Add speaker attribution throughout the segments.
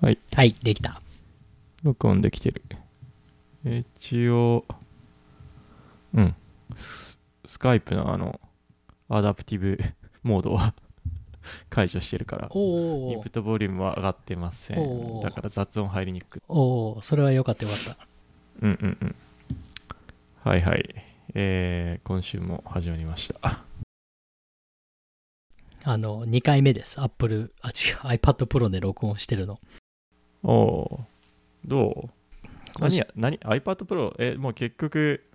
Speaker 1: はい。
Speaker 2: はい、できた。
Speaker 1: 録音できてる。え一応、うん。ススカイプのあの、アダプティブ モードは解除してるから、
Speaker 2: お
Speaker 1: イン
Speaker 2: お
Speaker 1: プットボリュームは上がってません。
Speaker 2: おー
Speaker 1: だから雑音入りにくい。
Speaker 2: おおそれはよかったよかった。
Speaker 1: うんうんうん。はいはい。えー、今週も始まりました。
Speaker 2: あの、2回目です。Apple、あ、違う、iPad Pro で録音してるの。
Speaker 1: おおーどう
Speaker 2: 今
Speaker 1: 何
Speaker 2: 週
Speaker 1: や、何 ?iPad Pro、え、もう結局、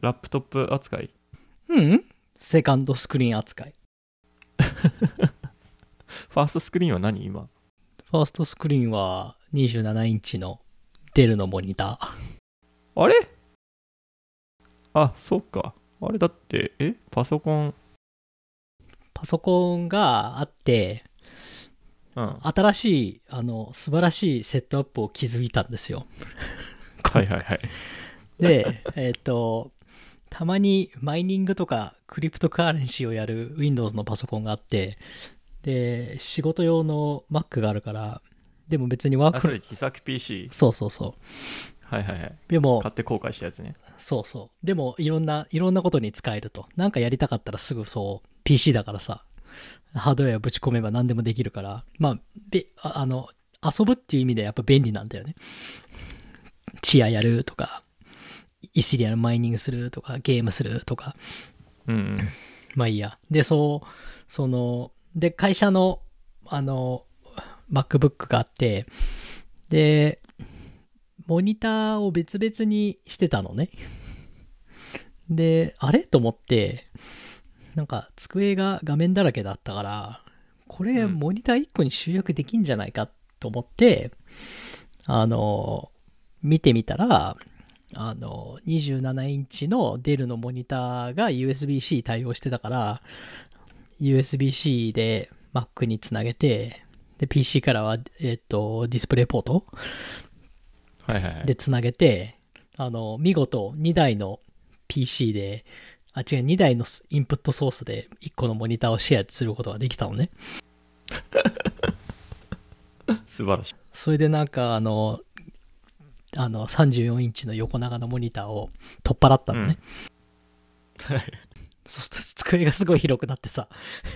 Speaker 1: ラップトップ扱い
Speaker 2: うんセカンドスクリーン扱い。
Speaker 1: ファーストスクリーンは何今
Speaker 2: ファーストスクリーンは27インチのデルのモニター。
Speaker 1: あれあ、そうか。あれだって、えパソコン。
Speaker 2: パソコンがあって、
Speaker 1: うん。は
Speaker 2: 新しい、あの、素晴らしいセットアップを築いたんですよ。
Speaker 1: いはいはい。
Speaker 2: で、 えっ、と、たまにマイニングとかクリプトカーレンシーをやる Windows のパソコンがあって、で、仕事用の Mac があるから、でも別にワ
Speaker 1: あ、
Speaker 2: ー
Speaker 1: そ
Speaker 2: ク
Speaker 1: れ自作 PC。
Speaker 2: そうそうそう。
Speaker 1: はいはいはい。
Speaker 2: でも
Speaker 1: 買、って後悔したやつね。
Speaker 2: そうそう。でも、いろんな、いろんなことに使えると。なんかやりたかったらすぐそう、PC だからさ、ハードウェアぶち込めば何でもできるから、まあ、べ、ああの、遊ぶっていう意味でやっぱ便利なんだよね。チアやるとか、イシリアのマイニングするとか、ゲームするとか、
Speaker 1: うんうん。
Speaker 2: まあいいや。で、そう、その、で、会社の、あの、MacBook があって、で、モニターを別々にしてたのね。で、あれと思って、なんか机が画面だらけだったから、これ
Speaker 1: うん
Speaker 2: モニター1個に集約できんじゃないかと思って、あの、見てみたら、あの、27インチのデルのモニターが USB-C 対応してたから、USB-C で Mac につなげて、で、PC からは、えっと、ディスプレイポート
Speaker 1: はいはいはい。
Speaker 2: でつなげて、あの、見事2台の PC で、あ、違う、2台のスインプットソースで1個のモニターをシェアすることができたのね。
Speaker 1: 素晴らしい。
Speaker 2: それでなんか、あの、あの、34インチの横長のモニターを取っ払ったのね。
Speaker 1: うんはい
Speaker 2: そうすると机がすごい広くなってさ、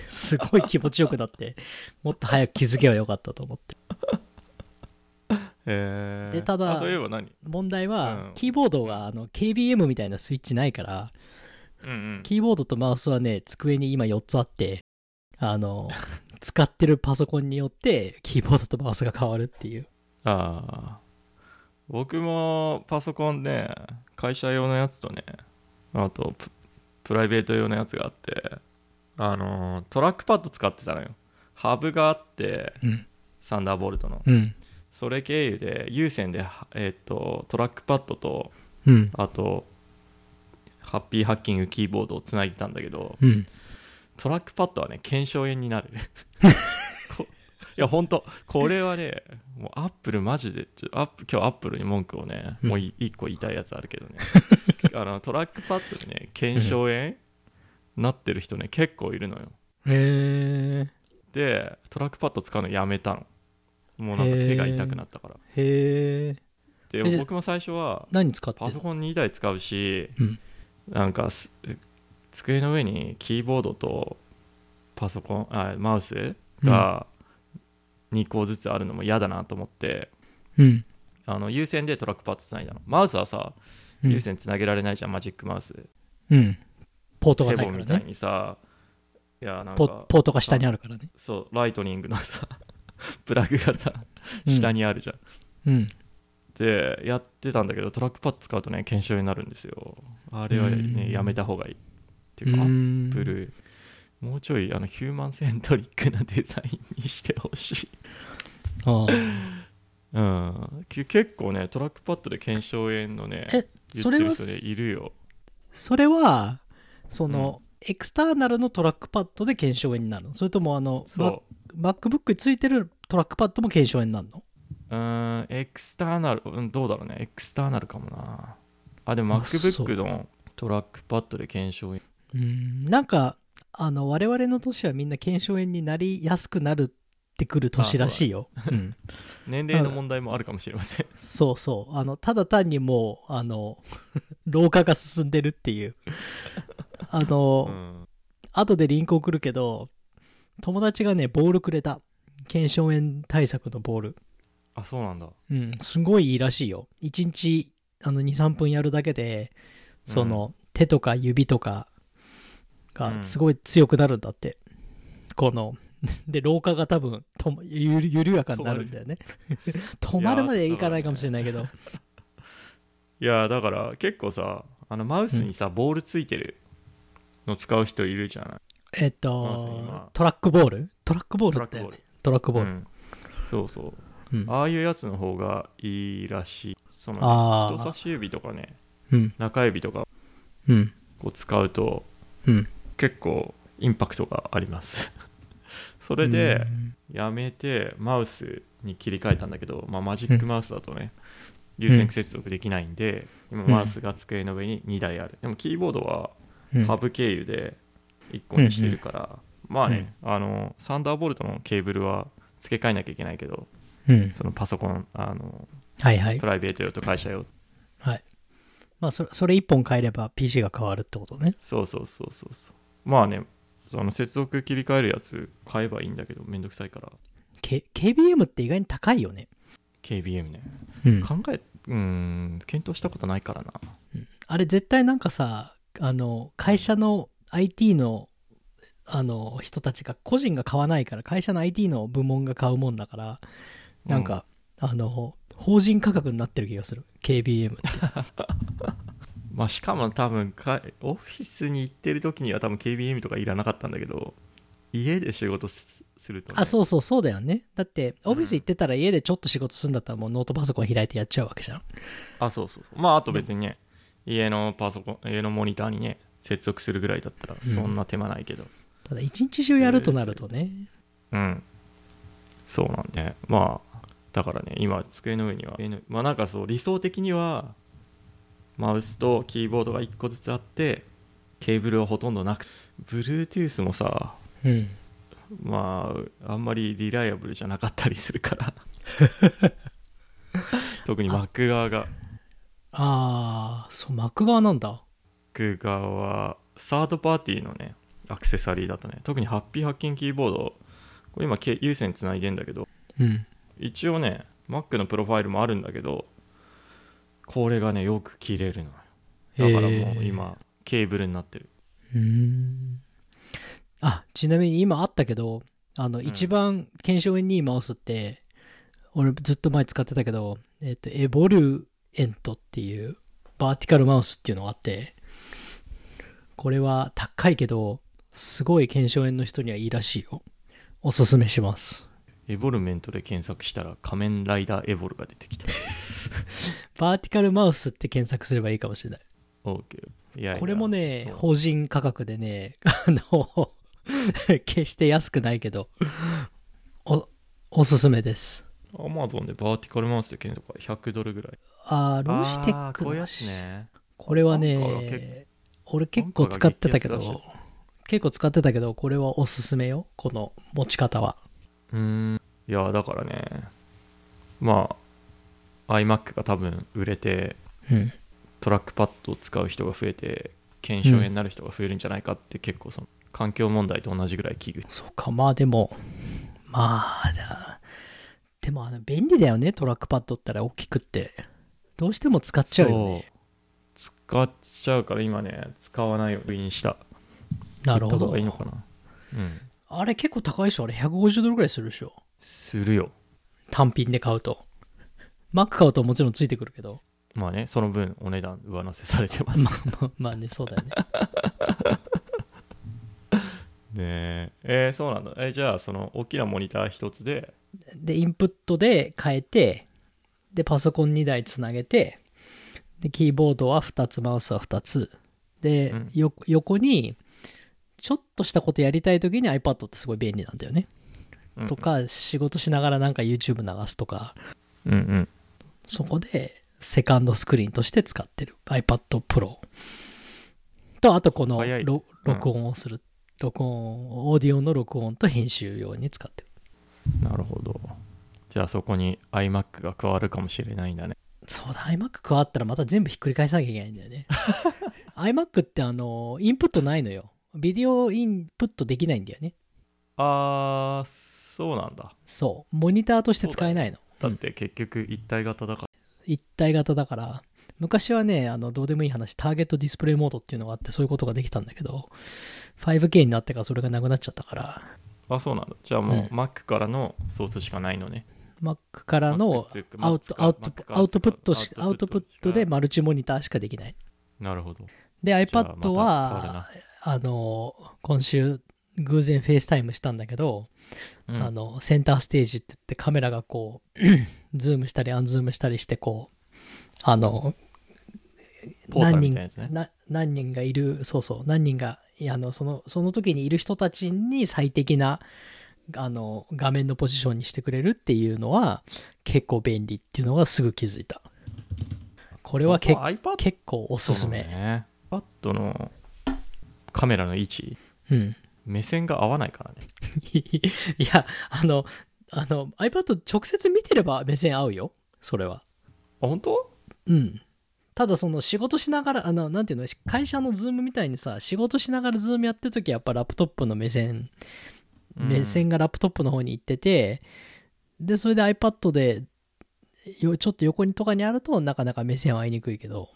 Speaker 2: すごい気持ちよくなって、もっと早く気づけばよかったと思って。
Speaker 1: へー
Speaker 2: でただ
Speaker 1: あそういえば何
Speaker 2: 問題
Speaker 1: うん
Speaker 2: は、キーボードがあの KBM みたいなスイッチないから、
Speaker 1: うんうん。
Speaker 2: キーボードとマウスはね、机に今4つあって、あの、使ってるパソコンによって、キーボードとマウスが変わるっていう。
Speaker 1: ああ。僕もパソコンね、会社用のやつとね、あとププライベート用のやつがあって、あのートラックパッド使ってたのよ。ハブがあって、
Speaker 2: うん。
Speaker 1: サンダーボルトの。
Speaker 2: うん。
Speaker 1: それ経由で有線で、はえっとトラックパッドと
Speaker 2: うん。
Speaker 1: あとハッピーハッキングキーボードをつないでたんだけど
Speaker 2: うん。
Speaker 1: トラックパッドはね検証炎になる こいやほんとこれはねもうアップルマジでちょアップ今日アップルに文句をね、
Speaker 2: うん
Speaker 1: もうい一個言いたいやつあるけどね あのトラックパッドでね検証炎なってる人ね結構いるのよ
Speaker 2: へ
Speaker 1: でトラックパッド使うのやめたのもうなんか手が痛くなったから
Speaker 2: え。へえ。
Speaker 1: で
Speaker 2: えじゃ
Speaker 1: 僕も最初は
Speaker 2: 何使って
Speaker 1: パソコン2台使うし、
Speaker 2: うん
Speaker 1: なんかす机の上にキーボードとパソコンあマウスが2個ずつあるのも嫌だなと思って、
Speaker 2: うん。
Speaker 1: あの有線でトラックパッドつないだのマウスはさ
Speaker 2: うん
Speaker 1: 有線つなげられないじゃん、マジックマウス
Speaker 2: うん。ポートが
Speaker 1: ヘ
Speaker 2: ない
Speaker 1: ボ
Speaker 2: か
Speaker 1: み
Speaker 2: ら
Speaker 1: たい
Speaker 2: ね。
Speaker 1: にさいやなん
Speaker 2: ポ
Speaker 1: か
Speaker 2: ポートが下にあるからね。
Speaker 1: そうライトニングのさ プラグがさ
Speaker 2: うん
Speaker 1: 下にあるじゃん、
Speaker 2: うん。
Speaker 1: でやってたんだけどトラックパッド使うとね検証になるんですよあれは、
Speaker 2: うん
Speaker 1: ね、やめた方がいいっていう
Speaker 2: う
Speaker 1: か、
Speaker 2: ん
Speaker 1: ブルーもうちょいあのヒューマンセントリックなデザインにしてほしい、
Speaker 2: ああ
Speaker 1: うん、け結構ねトラックパッドで検証炎のね
Speaker 2: え、
Speaker 1: 言
Speaker 2: そ
Speaker 1: って
Speaker 2: れ
Speaker 1: る
Speaker 2: は
Speaker 1: 人、ねいるよ
Speaker 2: それは、その、エクスターナルのトラックパッドで検証炎になるのそれともあの、
Speaker 1: そ
Speaker 2: Mac- MacBook についてるトラックパッドも検証炎になるの
Speaker 1: ううんエクスターナル、うん、どうだろうねエクスターナルかもなあでも
Speaker 2: あそう
Speaker 1: MacBook のトラックパッドで検証炎
Speaker 2: うんなんかあの我々の年はみんな腱鞘炎になりやすくなるってくる年らしいよ。うん
Speaker 1: 年齢の問題もあるかもしれません。
Speaker 2: そうそう。あの、ただ単にもう、あの、老化が進んでるっていう。あの、
Speaker 1: うん、
Speaker 2: 後でリンク送るけど、友達がね、ボールくれた。腱鞘炎対策のボール。
Speaker 1: あ、そうなんだ。
Speaker 2: うん、すごいいいらしいよ。1日、あの、2、3分やるだけで、その、手とか指とか
Speaker 1: う
Speaker 2: が
Speaker 1: ん
Speaker 2: すごい強くなるんだって。この、 で、老化が多分ともゆる、緩やかになるんだよね。止まるまでいかないかもしれないけど。
Speaker 1: いやだから結構さあのマウスにさ、ボールついてるの使う人いるじゃない
Speaker 2: えっ
Speaker 1: まず今
Speaker 2: と、トラックボールトラックボールだったよね。トラックボー
Speaker 1: う
Speaker 2: ル。
Speaker 1: んそうそう
Speaker 2: うん。
Speaker 1: ああいうやつの方がいいらしいその、
Speaker 2: あー
Speaker 1: 人差し指とかね
Speaker 2: うん。
Speaker 1: 中指とか
Speaker 2: うん。
Speaker 1: こう使うと
Speaker 2: うん。
Speaker 1: 結構インパクトがあります それでやめてマウスに切り替えたんだけど、まあ、マジックマウスだとね、有線接続できないんで今
Speaker 2: うん
Speaker 1: マウスが机の上に2台あるでもキーボードは
Speaker 2: うん、
Speaker 1: ハブ経由で1個にしてるから、まあね、あのサンダーボルトのケーブルは付け替えなきゃいけないけど
Speaker 2: うん。
Speaker 1: そのパソコンあの
Speaker 2: はいはい
Speaker 1: プ。ライベート用と会社用
Speaker 2: はい。まあ、それ、それ一本変えれば PC が変わるってことね。
Speaker 1: そうそうそうそうそうまあねその接続切り替えるやつ買えばいいんだけどめんどくさいから
Speaker 2: K、KBM って意外に高いよね。
Speaker 1: KBM ね
Speaker 2: うん。
Speaker 1: 考えうーん検討したことないからな
Speaker 2: あれ絶対なんかさ、あの、会社の IT の、あの、人たちが、個人が買わないから、会社の IT の部門が買うもんだから、なんか、あの、法人価格になってる気がする。KBM って。
Speaker 1: まあしかも多分かオフィスに行ってる時には多分 KBM とかいらなかったんだけど家で仕事すすると、ね、
Speaker 2: あ、そうそう、そうだよね。だって、
Speaker 1: ん
Speaker 2: オフィス行ってたら家でちょっと仕事するんだったらもうノートパソコン開いてやっちゃうわけじゃん。
Speaker 1: あそうそうそうまああと別にね家のパソコン家のモニターにね接続するぐらいだったら
Speaker 2: うん
Speaker 1: そんな手間ないけど
Speaker 2: ただ、一日中やるとなるとね。
Speaker 1: うん、そうなんでまあだからね今机の上には机のまあなんかそう理想的にはマウスとキーボードが1個ずつあってケーブルはほとんどなく Bluetooth もさ
Speaker 2: うん。
Speaker 1: まああんまりリライアブルじゃなかったりするから特に Mac 側が
Speaker 2: あー、そう、Mac 側なんだ。
Speaker 1: ック側はサードパーティーのねアクセサリーだとね特にハッピーハッキンキーボードこれ今け有線つないでんだけど
Speaker 2: うん。
Speaker 1: 一応ね Mac のプロファイルもあるんだけどこれがねよく切れるのよだからもう今ケーブルになってる
Speaker 2: うーんあちなみに今あったけどあの
Speaker 1: ん
Speaker 2: 一番検証にいいマウスって、俺ずっと前使ってたけど、えっとエボルエントっていうバーティカルマウスっていうのがあってこれは高いけどすごい検証炎の人にはいいらしいよおすすめします
Speaker 1: エボルメントで検索したら仮面ライダーエボルが出て きた
Speaker 2: バーティカルマウスって検索すればいいかもしれない
Speaker 1: OK いやいや
Speaker 2: これもね
Speaker 1: そう
Speaker 2: 法人価格でねあの 決して安くないけどおおすすめです
Speaker 1: Amazon でバーティカルマウスで検索は100ドルぐらい
Speaker 2: あーロジテッ
Speaker 1: あー
Speaker 2: ク
Speaker 1: こういう
Speaker 2: の
Speaker 1: や
Speaker 2: し
Speaker 1: つね
Speaker 2: これは
Speaker 1: なんか結
Speaker 2: ね俺結構使ってたけ
Speaker 1: なんかが激
Speaker 2: ど結構使ってたけどこれはおすすめよこの持ち方は
Speaker 1: うーんいやだからねまあ iMac が多分売れて
Speaker 2: うん
Speaker 1: トラックパッドを使う人が増えて検証炎になる人が増えるんじゃないかって結構その環境問題と同じぐらい危惧
Speaker 2: そうかまあでもまあだでもあの便利だよねトラックパッドったら大きくってどうしても使っちゃうよね
Speaker 1: そう使っちゃうから今ね使わないようにした
Speaker 2: なるほ
Speaker 1: 言った方
Speaker 2: ど
Speaker 1: がいいのかなうん
Speaker 2: あれ結構高いでしょあれ150ドルぐらいするでしょ
Speaker 1: するよ
Speaker 2: 単品で買うと Mac 買うともちろんついてくるけど
Speaker 1: まあねその分お値段上乗せされてます
Speaker 2: まあまあまあねそうだよね
Speaker 1: ねええーそうなんだえじゃあその大きなモニター一つで
Speaker 2: で、インプットで変えて、で、パソコン2台つなげて、で、キーボードは2つ、マウスは2つ。で、
Speaker 1: うん
Speaker 2: よ横に、ちょっとしたことやりたい時に iPad ってすごい便利なんだよね。
Speaker 1: うん
Speaker 2: とか、仕事しながらなんか YouTube 流すとか、
Speaker 1: うんうん
Speaker 2: そこでセカンドスクリーンとして使ってる iPad Pro。と、あとこの
Speaker 1: 早い
Speaker 2: ろ
Speaker 1: うん
Speaker 2: 録音をする。録音、オーディオの録音と編集用に使ってる。
Speaker 1: なるほどじゃあそこに iMac が加わるかもしれないんだね。
Speaker 2: そうだ、iMac 加わったらまた全部ひっくり返さなきゃいけないん だよね。iMac ってあの、インプットないのよ。ビデオインプットできないんだよね。
Speaker 1: あー、そうなんだ。
Speaker 2: そう。モニターとして使えないの。
Speaker 1: だって結局一体型だから。
Speaker 2: 一体型だから、昔はね、あの、どうでもいい話、ターゲットディスプレイモードっていうのがあって、そういうことができたんだけど、5K になってからそれがなくなっちゃったから、
Speaker 1: あ、そうなんだ。じゃあもううん Mac からのソースしかないのね。
Speaker 2: Mac からの
Speaker 1: Mac っていうか
Speaker 2: アウト、
Speaker 1: Mac か
Speaker 2: アウト
Speaker 1: Mac か、
Speaker 2: アウトプットし、
Speaker 1: ア
Speaker 2: ア
Speaker 1: ウ
Speaker 2: ウ
Speaker 1: ト
Speaker 2: ト
Speaker 1: プ
Speaker 2: プ
Speaker 1: ッ
Speaker 2: ッ
Speaker 1: ト
Speaker 2: トでマルチモニターしかできない。
Speaker 1: なるほど。
Speaker 2: で、
Speaker 1: じゃあまた
Speaker 2: iPad
Speaker 1: 変わる
Speaker 2: は
Speaker 1: な、
Speaker 2: あの、今週、偶然フェイスタイムしたんだけど、
Speaker 1: うん
Speaker 2: あの、センターステージって言ってカメラがこう、 ズームしたりアンズームしたりしてこう、あの、
Speaker 1: ポータル
Speaker 2: 何
Speaker 1: みたい
Speaker 2: 人
Speaker 1: なやつね
Speaker 2: な何人がいる、そうそう、何人が、いやあの、その、その時にいる人たちに最適な、あの、画面のポジションにしてくれるっていうのは、結構便利っていうのがすぐ気づいた。これは
Speaker 1: そう
Speaker 2: け
Speaker 1: そう iPad
Speaker 2: 結構おすすめ。
Speaker 1: そうね iPad のカメラの位置、
Speaker 2: うん。
Speaker 1: 目線が合わないからね。
Speaker 2: いや、あの、あの、iPad 直接見てれば目線合うよ。それは。
Speaker 1: あ、本当
Speaker 2: うん。ただその仕事しながら、あの、なんていうの、会社のズームみたいにさ、仕事しながらズームやってるときやっぱラップトップの目線、
Speaker 1: うん
Speaker 2: 目線がラップトップの方に行ってて、で、それで iPad で、よちょっと横にとかにあるとなかなか目線は合いにくいけど、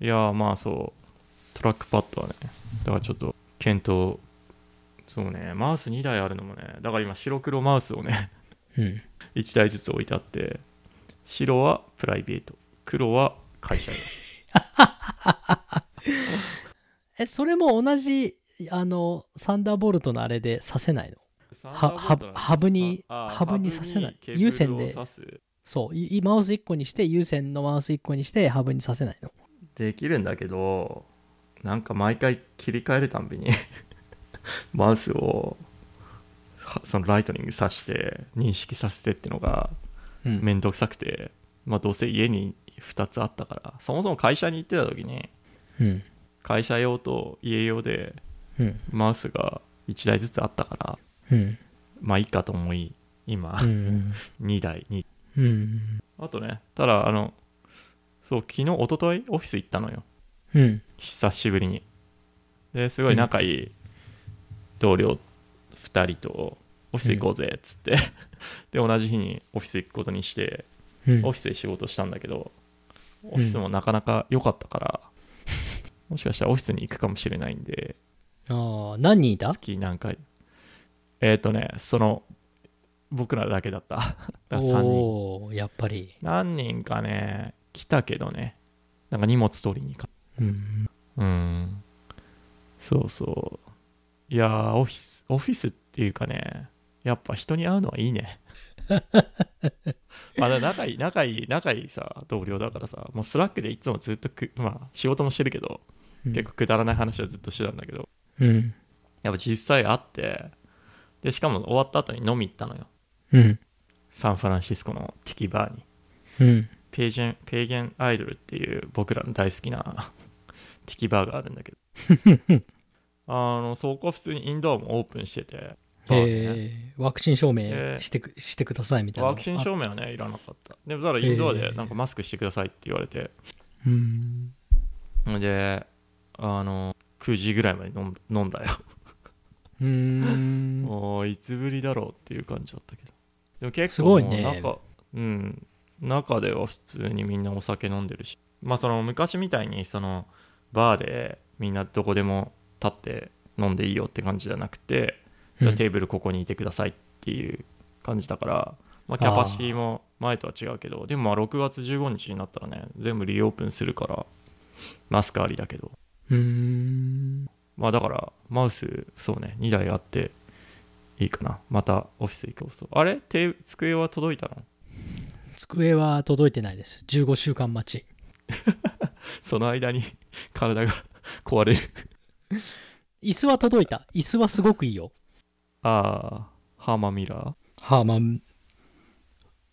Speaker 1: いやー、まあそう。トラックパッドはね。だからちょっと検討。そうね、マウス2台あるのもね、だから今白黒マウスをね、
Speaker 2: うん。
Speaker 1: 1台ずつ置いてあって、白はプライベート、黒は会社用。
Speaker 2: え、それも同じ、あの、サンダーボルトのあれで刺せないのはハブハブに
Speaker 1: あー
Speaker 2: ハブにさせない
Speaker 1: ハブに
Speaker 2: 有線で
Speaker 1: ケーブルを挿す
Speaker 2: そう、いマウス1個にして、有線のマウス1個にして、ハブにさせないの。
Speaker 1: できるんだけどなんか毎回切り替えるたんびに マウスをはそのライトニングさして認識させてってのが
Speaker 2: うん
Speaker 1: 面倒くさくて、まあどうせ家に2つあったからそもそも会社に行ってた時に
Speaker 2: うん。
Speaker 1: 会社用と家用で
Speaker 2: うん。
Speaker 1: マウスが1台ずつあったから
Speaker 2: うん。
Speaker 1: まあいいかと思い今、
Speaker 2: うん。
Speaker 1: 2台に
Speaker 2: うん。
Speaker 1: あとねただあのそう昨日一昨日オフィス行ったのよ
Speaker 2: うん。
Speaker 1: 久しぶりにですごい仲いい同僚2人とオフィス行こうぜっつって、 で同じ日にオフィス行くことにして
Speaker 2: うん
Speaker 1: オフィスで仕事したんだけどオフィスもなかなか良かったから、もしかしたらオフィスに行くかもしれないんで
Speaker 2: ああ、何人いた
Speaker 1: 月何回えっ、ー、とねその僕らだけだった だから3人
Speaker 2: おおーやっぱり。
Speaker 1: 何人かね来たけどねなんか荷物取りにか
Speaker 2: うん。
Speaker 1: うんそうそういやーオフィスオフィスっていうかねやっぱ人に会うのはいいねまあだから仲いい仲いい仲いいさ同僚だからさもうスラックでいつもずっとくまあ仕事もしてるけど結構くだらない話はずっとしてたんだけど、
Speaker 2: うん。
Speaker 1: やっぱ実際会ってでしかも終わった後に飲み行ったのよ
Speaker 2: うん。
Speaker 1: サンフランシスコのティキバーに
Speaker 2: うん。
Speaker 1: ページェンペーゲンアイドルっていう僕らの大好きな ティキバーがあるんだけどあのそこは普通にインドアもオープンしててバーでね
Speaker 2: えー、ワクチン証
Speaker 1: え
Speaker 2: 明
Speaker 1: ー
Speaker 2: してく、してくださいみたいな。
Speaker 1: ワクチン証明はねいらなかったでもただインドアでなんかマスクしてくださいって言われて、
Speaker 2: 明。うん。
Speaker 1: であの9時ぐらいまで飲ん飲んだよ、
Speaker 2: うーん。
Speaker 1: もういつぶりだろうっていう感じだったけどでも結
Speaker 2: す
Speaker 1: 構もう
Speaker 2: ごいね
Speaker 1: 中うん中では普通にみんなお酒飲んでるしまあその昔みたいにそのバーでみんなどこでも立って飲んでいいよって感じじゃなくてじゃあテーブルここにいてくださいっていう感じだから、まあ、キャパシティも前とは違うけどでもまあ6月15日になったらね全部リオープンするからマスクありだけど
Speaker 2: うーん。
Speaker 1: まあだからマウスそうね2台あっていいかなまたオフィス行こうそうあれテー机は届いたの
Speaker 2: 机は届いてないです。15週間待ち。
Speaker 1: その間に 体が壊れる
Speaker 2: 椅子は届いた。椅子はすごくいいよ。
Speaker 1: ああハーマーミラー
Speaker 2: ハーマン、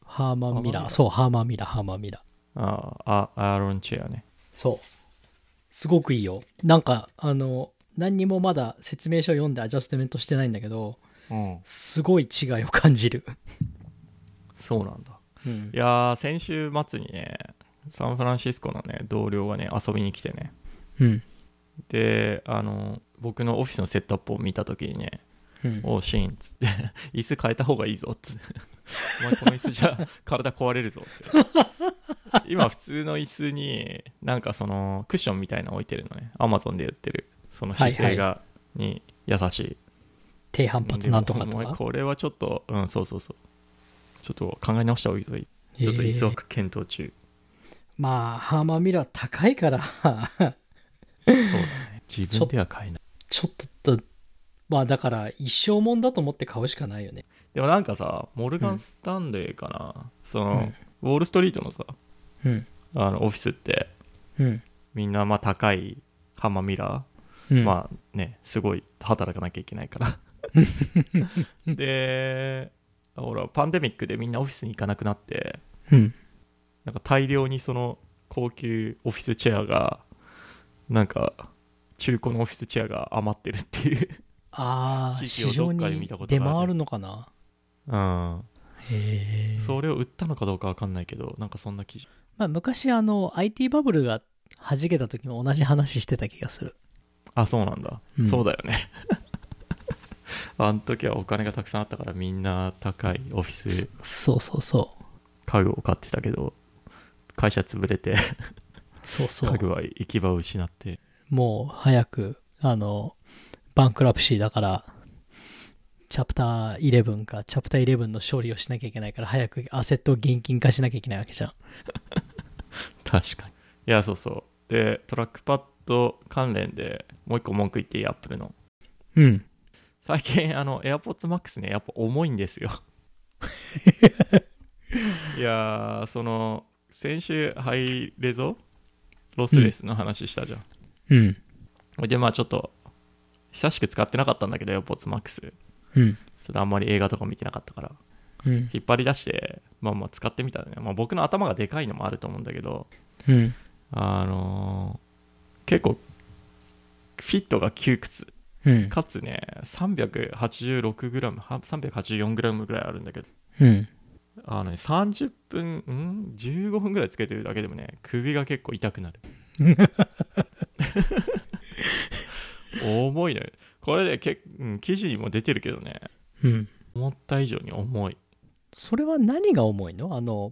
Speaker 2: ハーマ
Speaker 1: ハーマン
Speaker 2: ンミラ
Speaker 1: ミラ
Speaker 2: ー。
Speaker 1: ー
Speaker 2: そう、ハーマンミラー、ハーマンミラー。
Speaker 1: あああアーロンチェアね
Speaker 2: そう。すごくいいよ。なんか、あの、何にもまだ説明書読んでアジャストメントしてないんだけど、
Speaker 1: うん
Speaker 2: すごい違いを感じる。
Speaker 1: そうなんだ
Speaker 2: うん
Speaker 1: い、やー先週末にねサンフランシスコのね同僚がね遊びに来てね
Speaker 2: うん
Speaker 1: であの僕のオフィスのセットアップを見た時にね
Speaker 2: うん
Speaker 1: 「おうシーン」っつって 「椅子変えた方がいいぞ」っつっ て「お前この椅子じゃ体壊れるぞ」 って今普通の椅子になんかそのクッションみたいなの置いてるのねアマゾンで売ってるその姿勢が、に優しい
Speaker 2: 低反発なんと
Speaker 1: で
Speaker 2: かと
Speaker 1: もお前
Speaker 2: か
Speaker 1: これはちょっとうんそうそうそうちょっと考え直した方がいいぞち
Speaker 2: え
Speaker 1: ょっと椅子を
Speaker 2: ー
Speaker 1: 検討中、
Speaker 2: まあハーマーミラー高いから
Speaker 1: そうだね自分では買えない
Speaker 2: ちょっとまあだから一生もんだと思って買うしかないよね
Speaker 1: でもなんかさモルガン・スタンレーかな、その、ウォール・ストリートのさ
Speaker 2: うん
Speaker 1: あのオフィスって
Speaker 2: うん
Speaker 1: みんなまあ高いハンマーミラー、
Speaker 2: うん
Speaker 1: まあねすごい働かなきゃいけないから でほらパンデミックでみんなオフィスに行かなくなって
Speaker 2: うん
Speaker 1: なんか大量にその高級オフィスチェアがなんか中古のオフィスチェアが余ってるっていう
Speaker 2: ああ
Speaker 1: 記事
Speaker 2: 市
Speaker 1: をど
Speaker 2: 場
Speaker 1: っかで
Speaker 2: に
Speaker 1: 見たことがある
Speaker 2: 出回るのかな
Speaker 1: うん
Speaker 2: へえ
Speaker 1: それを売ったのかどうかわかんないけどなんかそんな記事
Speaker 2: まあ、昔あの IT バブルが弾けた時も同じ話してた気がする
Speaker 1: あそうなんだ、
Speaker 2: うん
Speaker 1: そうだよね あの時はお金がたくさんあったからみんな高いオフィス
Speaker 2: そうそうそう
Speaker 1: 家具を買ってたけど会社潰れて
Speaker 2: そうそ
Speaker 1: 家具
Speaker 2: う
Speaker 1: は行き場を失って
Speaker 2: もう早くあのバンクラプシーだからチャプター11かチャプター11の勝利をしなきゃいけないから早くアセットを現金化しなきゃいけないわけじゃん
Speaker 1: 確かにいやそうそうでトラックパッド関連でもう一個文句言っていいアップルの
Speaker 2: うん
Speaker 1: 最近あの AirPods Max ねやっぱ重いんですよ いやーその先週ハイレゾロスレスの話したじゃん、
Speaker 2: うん
Speaker 1: でまあちょっと久しく使ってなかったんだけど AirPods Max ちょ
Speaker 2: うん
Speaker 1: っとあんまり映画とか見てなかったから
Speaker 2: うん
Speaker 1: 引っ張り出してまあまあ使ってみたらね、まあ、僕の頭がでかいのもあると思うんだけど
Speaker 2: うん
Speaker 1: あのー結構フィットが窮屈
Speaker 2: うん
Speaker 1: かつね 386g384g ぐらいあるんだけど
Speaker 2: うん
Speaker 1: あの、ね、30分ん15分ぐらいつけてるだけでもね首が結構痛くなる重いのよこれで結構、うん、記事にも出てるけどね
Speaker 2: うん
Speaker 1: 思った以上に重い
Speaker 2: それは何が重いのあの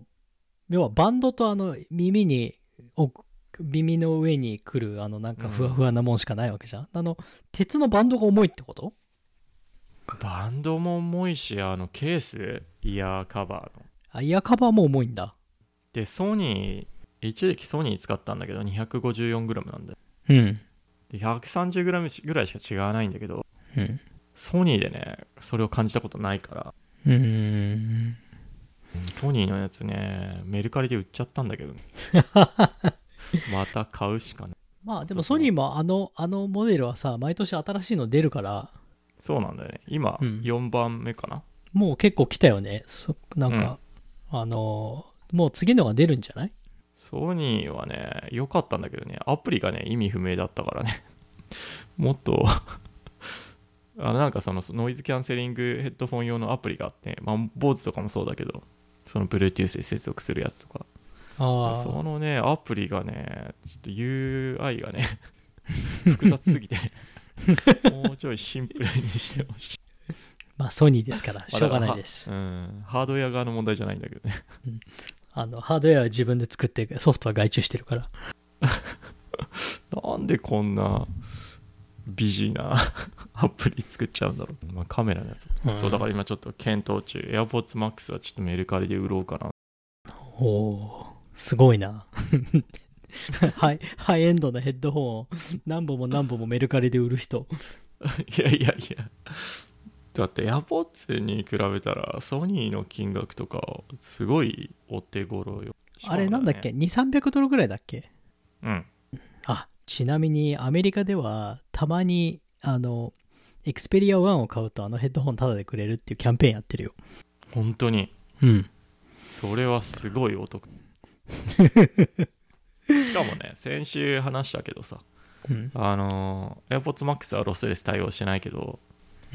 Speaker 2: 要はバンドとあの耳にお耳の上に来るあのなんかふわふわなもんしかないわけじゃん、あの鉄のバンドが重いってこと
Speaker 1: バンドも重いしあのケースイヤーカバーの
Speaker 2: あイヤーカバーも重いんだ
Speaker 1: でソニー一時期ソニー使ったんだけど 254g なんだよ
Speaker 2: うん
Speaker 1: で
Speaker 2: で
Speaker 1: 130g ぐらいしか違わないんだけど
Speaker 2: うん
Speaker 1: ソニーでねそれを感じたことないから
Speaker 2: うん
Speaker 1: ソニーのやつねメルカリで売っちゃったんだけ どねまた買うしかない
Speaker 2: まあでもソニーもあのあのモデルはさ毎年新しいの出るから
Speaker 1: そうなんだよね今
Speaker 2: うん
Speaker 1: 4番目かな、
Speaker 2: もう結構来たよねそなんか、あのもう次のが出るんじゃない
Speaker 1: ソニーはね良かったんだけどねアプリがね意味不明だったからね もっと あなんかそのノイズキャンセリングヘッドフォン用のアプリがあって、まあ、BOSE とかもそうだけどその Bluetooth で接続するやつとか
Speaker 2: あ
Speaker 1: そのねアプリがねちょっと UI がね 複雑 すぎてもうちょいシンプルにしてほしい
Speaker 2: まあソニーですから
Speaker 1: まあ
Speaker 2: しょうがないです
Speaker 1: だからはうん、ハードウェア側の問題じゃないんだけどね
Speaker 2: あのハードウェアは自分で作ってソフトは外注してるから
Speaker 1: なんでこんなビジーな アプリ作っちゃうんだろう、まあ、カメラのやつ、
Speaker 2: うん
Speaker 1: そうだから今ちょっと検討中 AirPods Max はちょっとメルカリで売ろうかな
Speaker 2: おおすごいな ハイハイエンドのヘッドホンを何本も何本もメルカリで売る人
Speaker 1: いやいやいやだって AirPods に比べたらソニーの金額とかすごいお手頃よ
Speaker 2: あれなんだっけ2300ドルぐらいだっけ
Speaker 1: うん
Speaker 2: あちなみにアメリカではたまにあのエクスペリア1を買うとあのヘッドホンタダでくれるっていうキャンペーンやってるよ
Speaker 1: 本当に
Speaker 2: うん
Speaker 1: それはすごいお 得しかもね先週話したけどさ
Speaker 2: うん
Speaker 1: あのー AirPods Max はロスレス対応してないけど、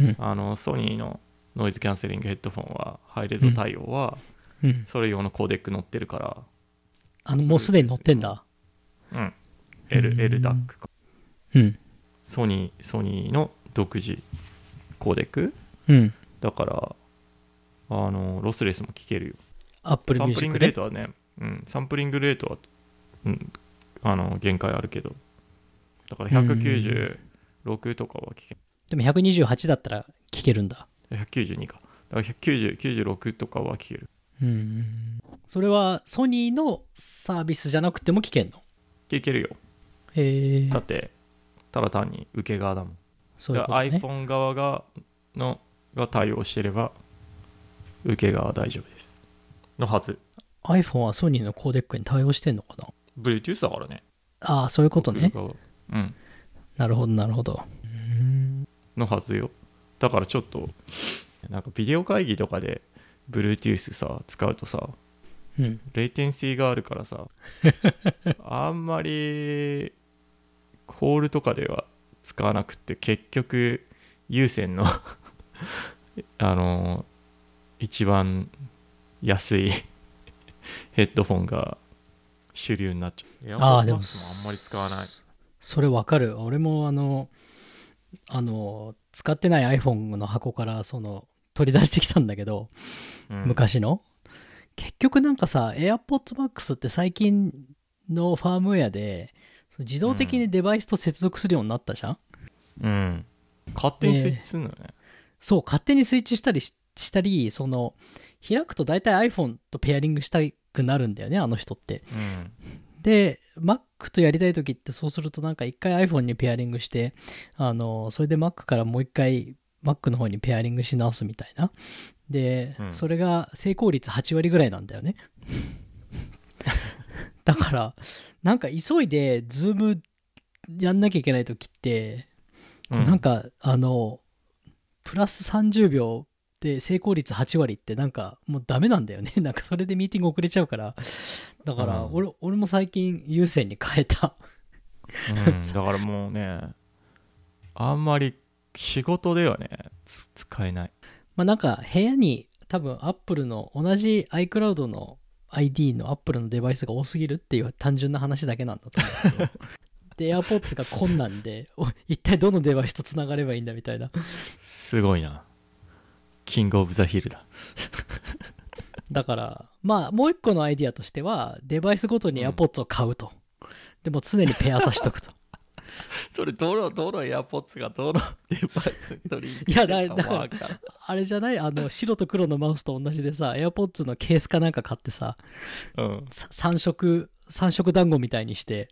Speaker 2: うん
Speaker 1: あのソニーのノイズキャンセリングヘッドフォンはハイレゾ対応は、
Speaker 2: うん。
Speaker 1: それ用のコーデック載ってるから
Speaker 2: あの、もうすでに乗ってんだ。
Speaker 1: うん L
Speaker 2: うん
Speaker 1: LDAC か
Speaker 2: うん。
Speaker 1: ソニーソニーの独自コーデック
Speaker 2: うん。
Speaker 1: だからあのロスレスも聞けるよ
Speaker 2: アップル
Speaker 1: サ
Speaker 2: ミ
Speaker 1: ン
Speaker 2: ュー
Speaker 1: プ
Speaker 2: ジ
Speaker 1: リ
Speaker 2: ッ
Speaker 1: ング
Speaker 2: ク
Speaker 1: レー
Speaker 2: で。
Speaker 1: トはね、うん、サンプリングレートは、うん、あの限界あるけどだから196とかは聞け
Speaker 2: でも128だったら聞けるんだ。
Speaker 1: 192かだから19096とかは聞ける
Speaker 2: うん。それはソニーのサービスじゃなくても聞けんの
Speaker 1: 聞けるよ
Speaker 2: へえ
Speaker 1: だ。ってただ単に受け側だもん
Speaker 2: そういう
Speaker 1: だ
Speaker 2: こ
Speaker 1: か
Speaker 2: と
Speaker 1: ら
Speaker 2: ね。
Speaker 1: iPhone 側がのが対応してれば受け側は大丈夫ですのはず
Speaker 2: iPhone はソニーのコーデックに対応してんのかな
Speaker 1: Bluetooth だからね
Speaker 2: ああ、そういうことね
Speaker 1: 受け。側はうん
Speaker 2: なるほど、なるほど。
Speaker 1: のはずよだからちょっとなんかビデオ会議とかで Bluetooth さ使うとさ
Speaker 2: うん。
Speaker 1: レイテンシーがあるから さあんまりコールとかでは使わなくって結局有線の あの一番安い ヘッドフォンが主流になっちゃう
Speaker 2: ああ、で
Speaker 1: エアポッドマッ
Speaker 2: も。
Speaker 1: クスもあんまり使わない。
Speaker 2: それわかる。俺もあの、あの、使ってない iPhone の箱から、その、取り出してきたんだけど、
Speaker 1: うん
Speaker 2: 昔の。結局なんかさ、AirPods Max って最近のファームウェアで、その自動的にデバイスと接続するようになったじゃん、
Speaker 1: うん勝手にスイッチするのよね、
Speaker 2: そう、勝手にスイッチしたりししたり、その、開くと大体 iPhone とペアリングしたくなるんだよね、あの人って。
Speaker 1: うん
Speaker 2: で、Mac とやりたいときってそうするとなんか一回 iPhone にペアリングして、あの、それで Mac からもう一回 Mac の方にペアリングし直すみたいな。で、
Speaker 1: うん
Speaker 2: それが成功率8割ぐらいなんだ よね。だから、なんか急いで Zoom やんなきゃいけないときって、
Speaker 1: うん
Speaker 2: なんかあの、プラス30秒で成功率8割ってなんかもうダメなんだよね。 なんかそれでミーティング遅れちゃうから。だから
Speaker 1: うん
Speaker 2: 俺,、俺も最近優先に変えた。
Speaker 1: うん、だからもうねあんまり仕事ではねつ使えない
Speaker 2: まあなんか部屋に多分 Apple の同じ iCloud の ID の Apple のデバイスが多すぎるっていう単純な話だけなんだと思うん だけど。で、AirPods が困難で、お一体どのデバイスと繋がればいいんだみたいな。
Speaker 1: すごいなキングオブザヒルだ
Speaker 2: だから、まあ、もう一個のアイディアとしては、デバイスごとに AirPods を買うと。でも常にペアさしとくと。
Speaker 1: それどのどのエアポッツがどのデバイス取り
Speaker 2: いやだだから
Speaker 1: ら
Speaker 2: あれじゃないあの、白と黒のマウスと同じでさ、AirPods のケースかなんか買ってさ、
Speaker 1: うん
Speaker 2: さ三色、三色団子みたいにして、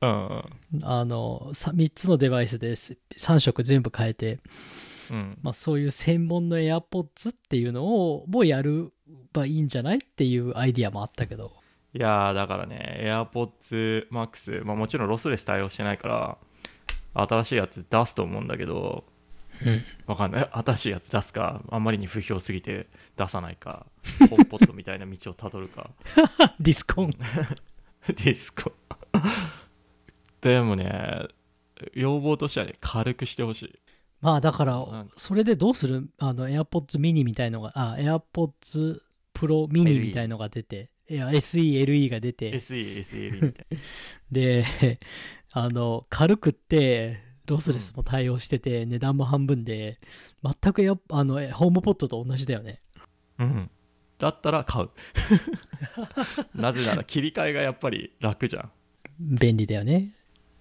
Speaker 1: うんうん
Speaker 2: あの、さ三つのデバイスです。三色全部変えて、
Speaker 1: うん
Speaker 2: まあそういう専門の AirPods っていうのを、もうやればいいんじゃないっていうアイディアもあったけど。
Speaker 1: いやーだからね AirPods Max、まあ、もちろんロスレス対応してないから新しいやつ出すと思うんだけど
Speaker 2: うん。
Speaker 1: わかんない新しいやつ出すかあんまりに不評すぎて出さないかホッポットみたいな道をたどるか
Speaker 2: ディスコン。
Speaker 1: ディスコでもね要望としてはね軽くしてほしい
Speaker 2: まあだか
Speaker 1: な
Speaker 2: ら
Speaker 1: ん、か
Speaker 2: それでどうするあの、AirPods mini みたいのが、あ、AirPods Pro mini みたいのが出て、いや、SE、LE が出て。
Speaker 1: SESL みたい
Speaker 2: で、 あの、軽くって、ロスレスも対応してて、値段も半分で、全くやっあの、えホームポットと同じだよね。
Speaker 1: な、うん、だったら 買うなぜなら切り替えがやっぱり楽じゃん、
Speaker 2: 便利だよね。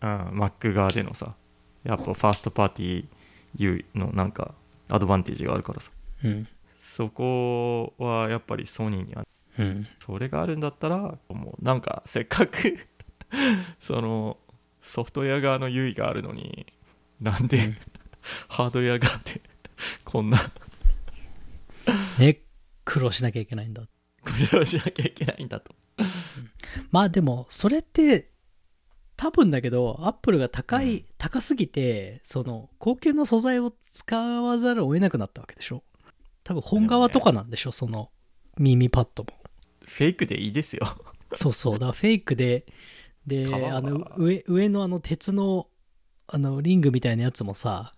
Speaker 1: うん、Mac 側でのさやっぱファーストパーティー優位のなんかアドバンテージがあるからさ
Speaker 2: うん。
Speaker 1: そこはやっぱりソニーには
Speaker 2: うん。
Speaker 1: それがあるんだったらもうなんかせっかく そのソフトウェア側の優位があるのになんで、
Speaker 2: うん
Speaker 1: ハードウェア側でこんな
Speaker 2: ね、苦労しなきゃいけないんだ。
Speaker 1: ことをしなきゃいけないんだと
Speaker 2: まあでも、それって、多分だけど、アップルが高い、高すぎて、その、高級な素材を使わざるを得なくなったわけでしょ。多分本側とかなんでしょ、その、耳パッドも。
Speaker 1: フェイクでいいですよ
Speaker 2: そうそう、だからフェイクで、で、
Speaker 1: 皮は
Speaker 2: あの、上、上のあの鉄の、あの、リングみたいなやつもさ、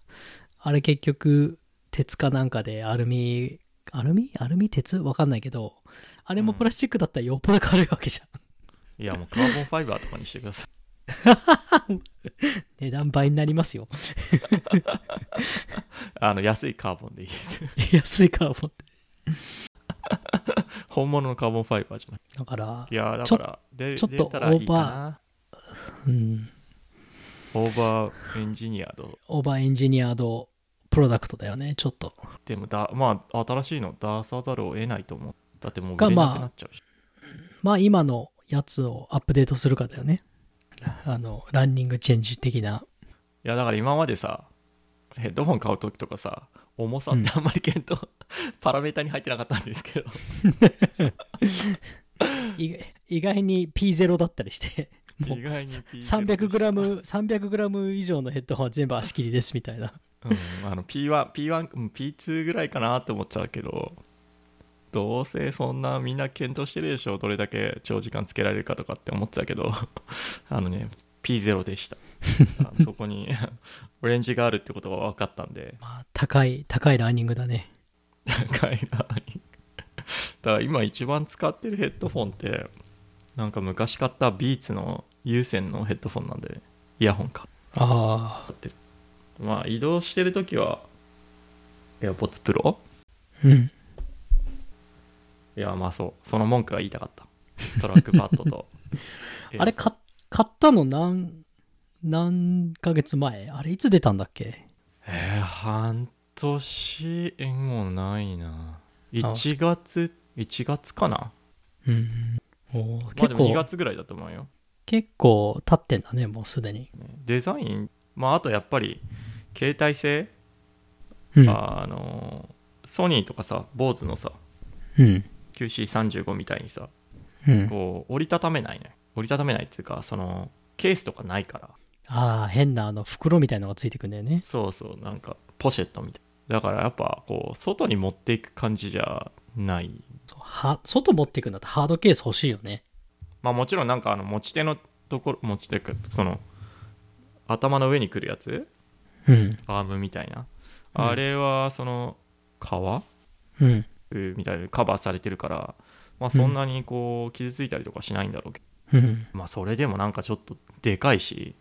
Speaker 2: あれ結局、鉄かなんかでアルミ、アルミアルミ鉄わかんないけど、あれもプラスチックだったらよっぽど軽いわけじゃん。
Speaker 1: いやもうカーボンファイバーとかにしてください
Speaker 2: 値段倍になりますよ。
Speaker 1: あの安いカーボンでいいです
Speaker 2: 安いカーボンって。
Speaker 1: 本物のカーボンファイバーじゃない
Speaker 2: だから
Speaker 1: い、やーだ
Speaker 2: ちょ
Speaker 1: からで
Speaker 2: ちょっと
Speaker 1: 出たらいいか
Speaker 2: オ
Speaker 1: な
Speaker 2: うん、
Speaker 1: オーバーエンジニアド
Speaker 2: オーバーエンジニアードプロダクトだよね、ちょっと。
Speaker 1: でもだまあ新しいの出さざるを得ないと思うだってもう
Speaker 2: が
Speaker 1: 売れ
Speaker 2: まあ
Speaker 1: なくなっちゃうし、
Speaker 2: まあ今のやつをアップデートするかだよね。あの、ランニングチェンジ的な。
Speaker 1: いやだから今までさヘッドホン買う時とかさ重さっ
Speaker 2: うん
Speaker 1: てあんまり検討、 パラメータに入ってなかったんですけど
Speaker 2: い意外に P0 だったりして、もう
Speaker 1: 意外に P0
Speaker 2: 300g、300g 以上のヘッドホンは全部足切りですみたいな。
Speaker 1: うんあの P1、P1、うん P2 ぐらいかなって思っちゃうけど、どうせそんなみんな検討してるでしょ、どれだけ長時間つけられるかとかって思ってたけど、 あのね、P0 でした。あのそこに オレンジがあるってことが分かったんで、
Speaker 2: まあ高い、高いランニングだね。
Speaker 1: 高い な。だから今一番使ってるヘッドフォンって、なんか昔買ったビーツの有線のヘッドフォンなんで、イヤホンか。
Speaker 2: ああ、
Speaker 1: まあ移動してるときは、AirPods Pro?
Speaker 2: うん。
Speaker 1: いやまあそうその文句が言いたかったトラックパッドと
Speaker 2: あれか、買ったの何、何ヶ月前あれいつ出たんだっけ
Speaker 1: えー半年えもうないな1月1月かな
Speaker 2: うん。おー
Speaker 1: まあ
Speaker 2: 結
Speaker 1: でも2
Speaker 2: 構、
Speaker 1: 月ぐらいだと思うよ、
Speaker 2: 結構経ってんだね、もうすでに。
Speaker 1: ねデザインまああとやっぱり携帯性、
Speaker 2: うん。
Speaker 1: あのソニーとかさ BOSE のさ
Speaker 2: うん。
Speaker 1: QC35 みたいにさ
Speaker 2: うん。
Speaker 1: こう折りたためないね折りたためないっていうかそのケースとかないから
Speaker 2: ああ、変なあの袋みたいのがついてくんだよね。
Speaker 1: そうそうなんかポシェットみたいだからやっぱこう外に持っていく感じじゃない
Speaker 2: そうは、外持ってくんだったらハードケース欲しいよね。
Speaker 1: まあもちろんなんかあの持ち手のところ持ち手かその頭の上に来るやつ
Speaker 2: うん。
Speaker 1: アームみたいな、
Speaker 2: うん
Speaker 1: あれはその革
Speaker 2: うん。
Speaker 1: みたいなカバーされてるからまあそんなにこう傷ついたりとかしないんだろうけど、
Speaker 2: うん。
Speaker 1: まあそれでもなんかちょっとでかいし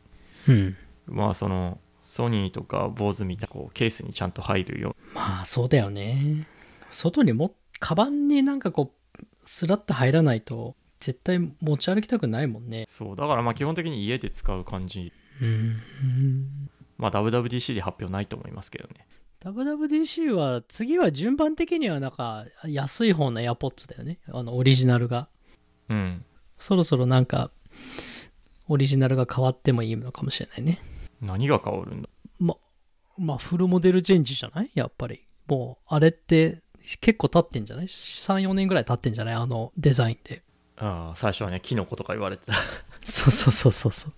Speaker 2: うん。
Speaker 1: まあそのソニーとか BOSE みたいなこうケースにちゃんと入るよ
Speaker 2: まあ、そうだよね。外にも、カバンになんかこう、スラッと入らないと、絶対持ち歩きたくないもんね。
Speaker 1: そうだからまあ基本的に家で使う感じ
Speaker 2: うん。
Speaker 1: まあ WWDC で発表ないと思いますけどね
Speaker 2: WWDC は、次は順番的にはなんか、安い方の AirPods だよね。あの、オリジナルが。
Speaker 1: うん
Speaker 2: そろそろなんか、オリジナルが変わってもいいのかもしれないね。
Speaker 1: 何が変わるんだ
Speaker 2: まあ、フルモデルチェンジじゃないやっぱり。もう、あれって、結構経ってんじゃない ?3、4年ぐらい経ってんじゃないあのデザインで。
Speaker 1: ああ最初はねキノコとか言われてた
Speaker 2: そうそうそうそうそう。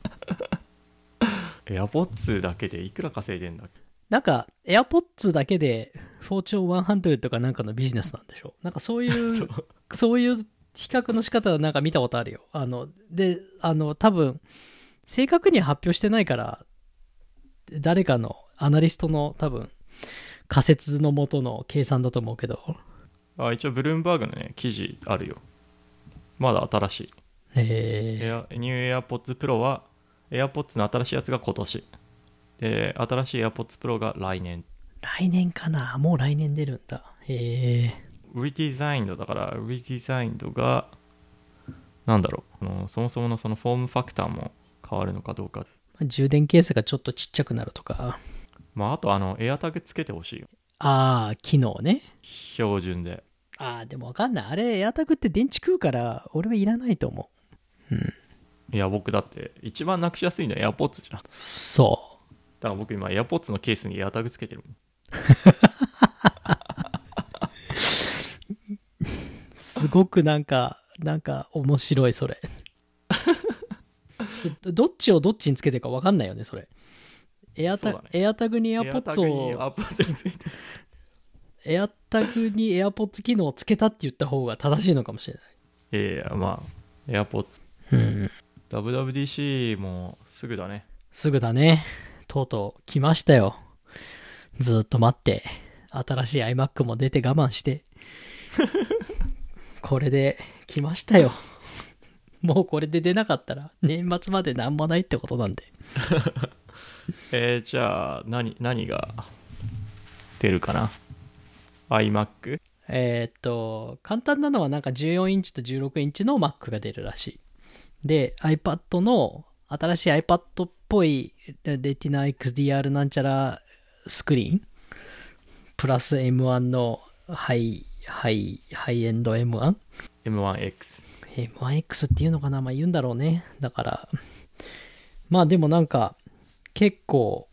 Speaker 1: エアポッツだけでいくら稼いでんだっけ
Speaker 2: なんか、AirPods だけで、フォーチュン100とかなんかのビジネスなんでしょなんかそういう、
Speaker 1: そ
Speaker 2: そうういう比較の仕方はなんか見たことあるよ。あの、で、あの、多分、正確には発表してないから、誰かのアナリストの多分、仮説のもとの計算だと思うけど、
Speaker 1: あ一応ブルームバーグのね記事あるよまだ新しい
Speaker 2: えー
Speaker 1: エアニューエアポッツプロはエアポッツの新しいやつが今年で新しいエアポッツプロが来年
Speaker 2: 来年かなもう来年出るんだ。へえ。
Speaker 1: リデザインドだからリデザインドがなんだろうあのそもそものそのフォームファクターも変わるのかどうか
Speaker 2: 充電ケースがちょっとちっちゃくなるとか。
Speaker 1: まああとあのエアタグつけてほしいよ
Speaker 2: ああ、機能ね。
Speaker 1: 標準で
Speaker 2: ああ、でもわかんない。あれ、エアタグって電池食うから、俺はいらないと思う。
Speaker 1: いや僕だって一番なくしやすいのはエアポッツじゃんだ
Speaker 2: そ
Speaker 1: から僕今エアポッツのケースにエアタグつけてるもん
Speaker 2: う。すごくなんか、なんか面白い、それ。 どどっちをどっちにつけてるかわかんないよね、それ。エア
Speaker 1: そう
Speaker 2: タ,、
Speaker 1: だね
Speaker 2: エアタグにエア
Speaker 1: エ
Speaker 2: ポ
Speaker 1: アタ
Speaker 2: ッツ
Speaker 1: グにエ
Speaker 2: を、
Speaker 1: アポッツついてる
Speaker 2: エアタグにエアポッツ機能をつけたって言った方が正しいのかもしれ
Speaker 1: いやいやまあ AirPods
Speaker 2: ない。うん。
Speaker 1: WWDC もすぐだね
Speaker 2: すぐだね。とうとう来ましたよ。ずーっと待って。新しい iMac も出て我慢して。これで来ましたよ。もうこれで出なかったら年末までなんもないってことなんで。
Speaker 1: えー、じゃあ何何が出るかな iMac
Speaker 2: えーっと、簡単なのはなんか14インチと16インチの Mac が出るらしい。で、iPad の、新しい iPad っぽいえ Retina XDR なんちゃらスクリーンプラス M1 のハイ、ハイ、ハイエンド M1?
Speaker 1: M1X
Speaker 2: M1X っていうのかなまあ言うんだろうね。だから。まあでもなんか、結構、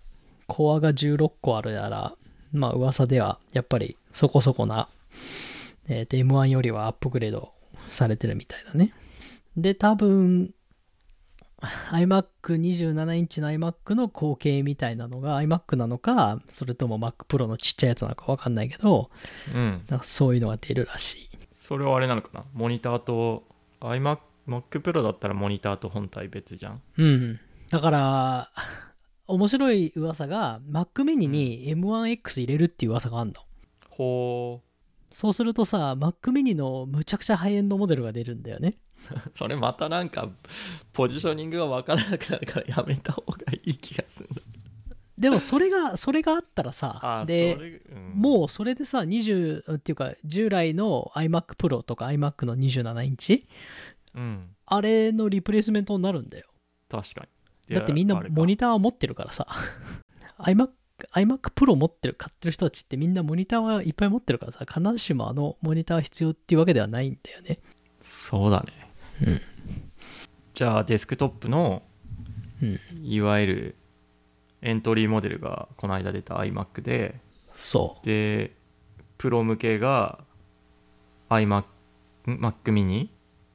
Speaker 2: コアが16個あるなら、まあ噂では、やっぱりそこそこな、えーと M1 よりはアップグレードされてるみたいだね。で、多分、iMac、27インチの iMac の後継みたいなのが iMac なのか、それとも Mac Pro のちっちゃいやつなのかわかんないけど、
Speaker 1: うん
Speaker 2: なんかそういうのが出るらしい。
Speaker 1: それはあれなのかなモニターと iMacMacPro だったらモニターと本体別じゃん
Speaker 2: うん。だから、面白い噂が、Mac mini に M1X 入れるっていう噂があんの。
Speaker 1: ほ
Speaker 2: そうするとさ、Mac mini のむちゃくちゃハイエンドモデルが出るんだよね。
Speaker 1: う それまたなんかポジショニングが分からなくなるからやめた方がいい気がするんだ
Speaker 2: でもそ れが、それがあったらさ、
Speaker 1: そ
Speaker 2: で、
Speaker 1: れうん
Speaker 2: もうそれでさ、20、っていうか、従来の iMac Pro とか iMac の27インチ
Speaker 1: うん
Speaker 2: あれのリプレイスメントになるんだよ。
Speaker 1: 確かに
Speaker 2: だってみんなモニ
Speaker 1: タ
Speaker 2: ターは持ってるからさ iMac, iMac Pro 持ってる買ってる人たちってみんなモニターはいっぱい持ってるからさ必ずしもあのモニターは必要っていうわけではないんだよね
Speaker 1: そうだね
Speaker 2: うん
Speaker 1: じゃあデスクトップの
Speaker 2: うん
Speaker 1: いわゆるエントリーモデルがこの間出た iMac で
Speaker 2: そ
Speaker 1: でプロ向けが iMac mini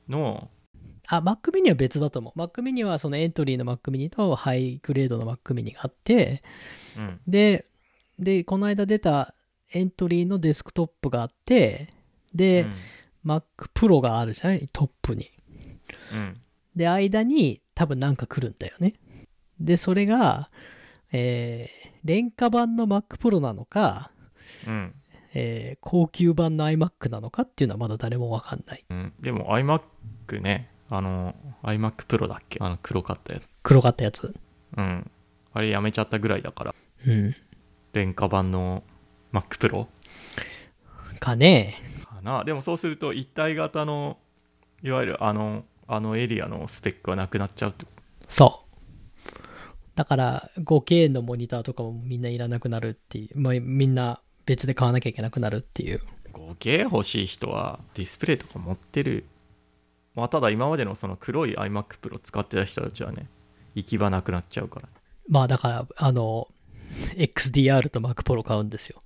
Speaker 1: の
Speaker 2: うあ Mac mini は別だと思う Mac mini はそのエントリーの Mac mini とハイグレードの Mac mini があって
Speaker 1: うん
Speaker 2: ででこの間出たエントリーのデスクトップがあってで、Mac Pro があるじゃないトップに
Speaker 1: うんうん
Speaker 2: で、間に多分なんか来るんだよね。で、それが、えー、廉価版の Mac Pro なのか、
Speaker 1: うん
Speaker 2: えー高級版の iMac なのかっていうのはまだ誰もわかんない。
Speaker 1: うんでも iMac ねあの iMacPro だっけあの黒かったやつ
Speaker 2: 黒かったやつ。
Speaker 1: うんあれやめちゃったぐらいだから
Speaker 2: うん。
Speaker 1: 廉価版の MacPro
Speaker 2: かね
Speaker 1: かなでもそうすると一体型のいわゆるあのあのエリアのスペックはなくなっちゃうってこ
Speaker 2: そう。だから、5K のモニターとかもみんないらなくなるっていう、まあ、みんな別で買わなきゃいけなくなるっていう。
Speaker 1: と 5K 欲しい人はディスプレイとか持ってる、まあ、ただ今までのその黒い iMacPro 使ってた人たちはね行き場なくなっちゃうから
Speaker 2: まあだから、あの、XDR と Mac Pro 買うんですよ。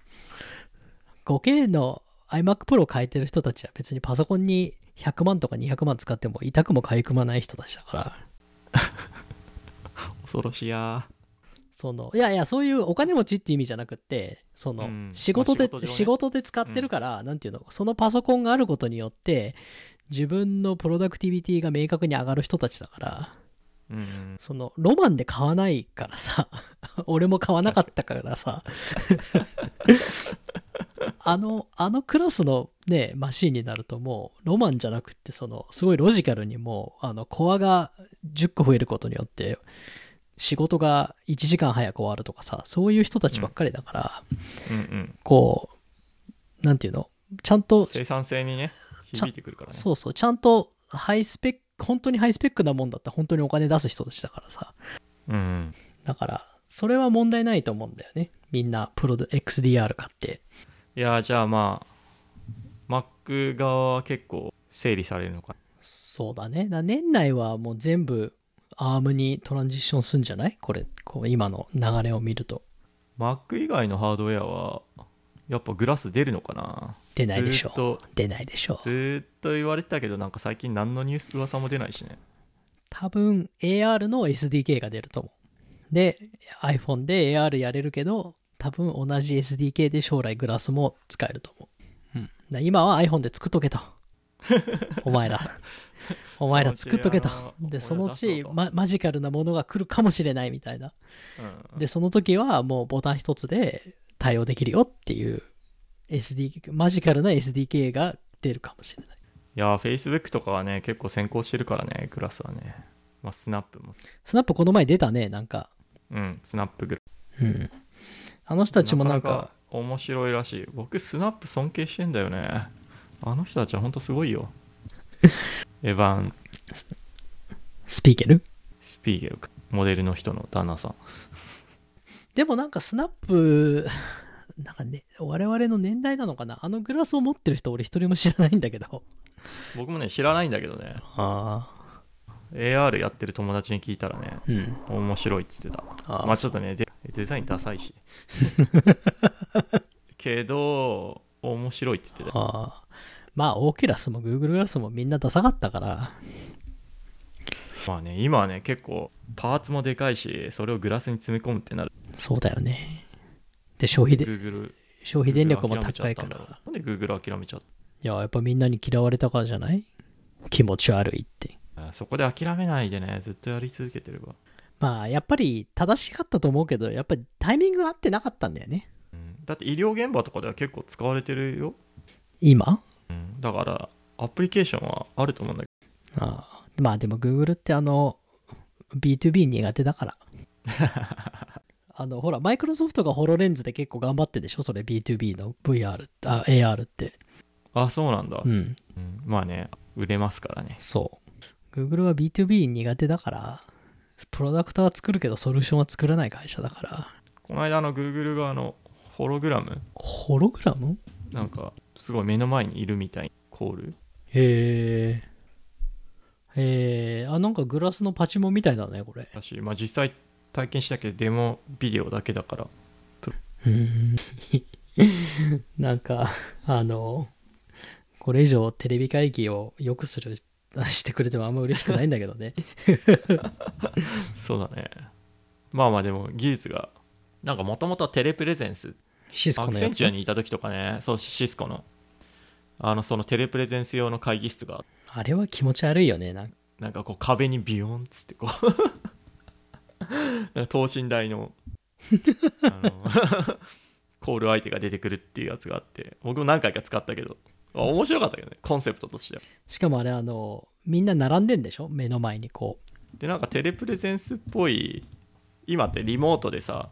Speaker 2: 5K の iMac Pro を買えてる人たちは別にパソコンに100万とか200万使っても痛くも痒くもない人たちだから、
Speaker 1: 恐ろしや
Speaker 2: その、いやいや、そういうお金持ちっていう意味じゃなくって、その、
Speaker 1: うん
Speaker 2: 仕事で、
Speaker 1: まあ仕事上
Speaker 2: 仕
Speaker 1: ね
Speaker 2: 事で使ってるから、なんていうの、そのパソコンがあることによって、自分のプロダクティビティが明確に上がる人たちだから、
Speaker 1: ーうん
Speaker 2: その、ロマンで買わないからさ、 俺も買わなかったからさ、あの、あのクラスのね、マシンになるともう、ロマンじゃなくって、その、すごいロジカルにもう、あの、コアが10個増えることによって、仕事が1時間早く終わるとかさ、そういう人たちばっかりだから、
Speaker 1: うんうん
Speaker 2: こう、なんていうのちゃんと
Speaker 1: 生産性にね
Speaker 2: ちゃ
Speaker 1: 響いてくるからね
Speaker 2: そうそう、ちゃんとハイスペック、本当にハイスペックなもんだったら本当にお金出す人でしたからさ。
Speaker 1: うんうん
Speaker 2: だから、それは問題ないと思うんだよね。みんな、プロで XDR 買って。
Speaker 1: いやーじゃあまあ Mac 側は結構整理されるのか
Speaker 2: そうだね。だ年内はもう全部、ARM にトランジションすんじゃないこれ、こう今の流れを見ると。
Speaker 1: Mac 以外のハードウェアはやっぱグラス出るのかな
Speaker 2: 出ないでしょ
Speaker 1: ずーっと
Speaker 2: う。出ないでしょ
Speaker 1: ず
Speaker 2: う。
Speaker 1: ーっと言われてたけどなんか最近何のニュース噂も出ないしね
Speaker 2: 多分、AR の SDK が出ると思う。で、iPhone で AR やれるけど、多分同じ SDK で将来グラスも使えると思う。うん。だ今は iPhone で作っ とけと。お前ら。お前ら作っとけと
Speaker 1: そのう。ちあ
Speaker 2: で、
Speaker 1: の俺ら出そ
Speaker 2: そのうち、
Speaker 1: うと
Speaker 2: ま、マジカルなものが来るかもしれないみたいな。
Speaker 1: うん
Speaker 2: で、その時はもうボタン一つで対応できるよっていう SDK、マジカルな SDK が出るかもしれない。
Speaker 1: いやー Facebook とかはね結構先行してるからねグラスはね、まあ、スナップも
Speaker 2: スナップこの前出たね、なんか。
Speaker 1: うんスナップグラス
Speaker 2: うん。あの人たちもなんか、
Speaker 1: なかな面白いらしい僕スナップ尊敬してんだよねあの人たちはほんとすごい よエヴァン・
Speaker 2: スピーケル
Speaker 1: スピーゲルかモデルの人の旦那さん
Speaker 2: でもなんかスナップ、 なんかね、我々の年代なのかなあのグラスを持ってる人俺一人も知らないんだけど。
Speaker 1: 僕もね知らないんだけどね
Speaker 2: ああ。
Speaker 1: AR やってる友達に聞いたらね
Speaker 2: うん。
Speaker 1: 面白いっつってた
Speaker 2: あー
Speaker 1: まあちょっとねデデザインダサい しけど面白いっつってた
Speaker 2: ああ。まあ、オーキュラスも Google グラスもみんなダサかったから。
Speaker 1: まあね今はね結構パーツもでかいしそれをグラスに詰め込むってなる
Speaker 2: そうだよね。で、消費で、
Speaker 1: Google
Speaker 2: 消費電力も高いか
Speaker 1: Google 諦めちゃったんだろ
Speaker 2: ら。
Speaker 1: うなんで Google 諦めちゃっ
Speaker 2: いや、やっぱみんなに嫌われたからじゃない気持ち悪いって。
Speaker 1: たそこで諦めないでねずっとやり続けてれば、
Speaker 2: まあ、やっぱり正しかったと思うけど、やっぱりタイミングが合ってなかったんだよね。
Speaker 1: うんだって医療現場とかでは結構使われてるよ、
Speaker 2: 今
Speaker 1: うんだからアプリケーションはあると思うんだけ
Speaker 2: ああまあでも Google ってあの B2B 苦手だからあのほらマイクロソフトがホロレンズで結構頑張ってんでしょそれ B2B の VR あ AR って
Speaker 1: どあそうなんだ、
Speaker 2: うん
Speaker 1: うんまあね売れますからね
Speaker 2: そう Google は B2B 苦手だからプロダクトは作るけどソリューションは作らない会社だから
Speaker 1: この間あの Google があのホログラム
Speaker 2: ホログラム
Speaker 1: なんかすごい目の前にいるみたいにコール
Speaker 2: へえへえあなんかグラスのパチモンみたいだねこれ
Speaker 1: だし、まあ、実際体験したけどデモビデオだけだから
Speaker 2: うん なんか、あの、これ以上テレビ会議を良くする、してくれてもあんま嬉しくないんだけどね。
Speaker 1: そうだねまあまあでも技術がなんかもともとはテレプレゼンス
Speaker 2: シス
Speaker 1: ア
Speaker 2: コ
Speaker 1: ク
Speaker 2: の
Speaker 1: セ
Speaker 2: や
Speaker 1: ン
Speaker 2: つ
Speaker 1: チュア。にいた時とかねそうシスコのあのそのテレプレゼンス用の会議室が
Speaker 2: あれは気持ち悪いよね。なんか
Speaker 1: なんかこう壁にビヨンっつってこうなんか等身大のあのコール相手が出てくるっていうやつがあって僕も何回か使ったけどあ面白かったけどねコンセプトとしては
Speaker 2: しかもあれ、あの、みんな並んでんでしょ目の前にこ
Speaker 1: でなんかテレプレゼンスっぽい今ってリモートでさ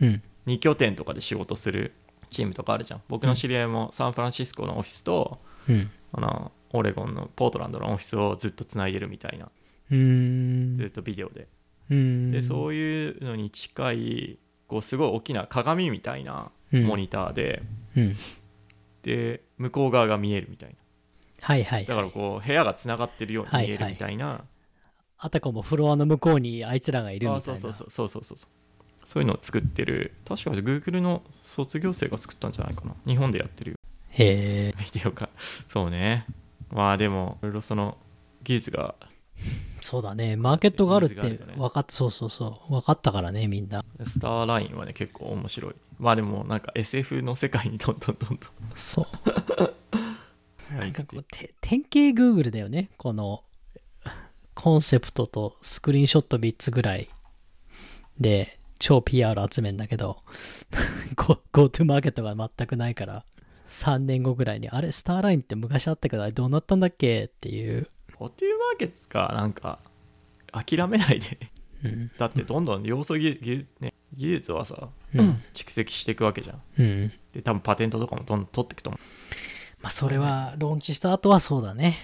Speaker 2: う。うん。
Speaker 1: 2拠点とかで仕事するチームとかあるじゃん僕の知り合いもサンフランシスコのオフィスと、
Speaker 2: うん。
Speaker 1: あのオレゴンのポートランドのオフィスをずっとつないでるみたいな
Speaker 2: う
Speaker 1: ずっ
Speaker 2: ん。
Speaker 1: とビデオで、
Speaker 2: うん。
Speaker 1: でそういうのに近いこうすごい大きな鏡みたいな
Speaker 2: うん
Speaker 1: モニターで、
Speaker 2: うん。
Speaker 1: で向こう側が見えるみたいな
Speaker 2: はいはい。
Speaker 1: だからこう部屋がつながってるように見え
Speaker 2: はいは
Speaker 1: る
Speaker 2: い
Speaker 1: みたいな、
Speaker 2: あたかもフロアの向こうにあいつらがいる
Speaker 1: あ
Speaker 2: みたい
Speaker 1: そ
Speaker 2: な。
Speaker 1: うそうそうそうそうそうそうそういうのを作ってる確か Google の卒業生が作ったんじゃないかな日本でやってるよ
Speaker 2: へえ。
Speaker 1: ビデオが そうねまあでもいろいろその技術が
Speaker 2: そうだね。マーケットがあるって
Speaker 1: ニーズがあるよね
Speaker 2: 分かっ、そうそうそう。分かったからね、みんな。
Speaker 1: スターラインはね結構面白いまあでもなんか SF の世界にどんどんどんど
Speaker 2: そう。
Speaker 1: ん
Speaker 2: なんかこ
Speaker 1: 入っ
Speaker 2: う
Speaker 1: て
Speaker 2: て典型 Google だよねこのコンセプトとスクリーンショット3つぐらいで超 PR 集めんだけど Go- GoTo マーケットが全くないから3年後ぐらいにあれスターラインって昔あったけどあれどうなったんだっけっていう、
Speaker 1: ポテューマーケットかなんか諦めないで
Speaker 2: うん
Speaker 1: だってどんどん要素技技,、ね、技術はさ
Speaker 2: うん
Speaker 1: 蓄積していくわけじゃん
Speaker 2: うん
Speaker 1: で多分パテントとかもどんどん取っていくと思
Speaker 2: まあ、それはローンチした後はそうだね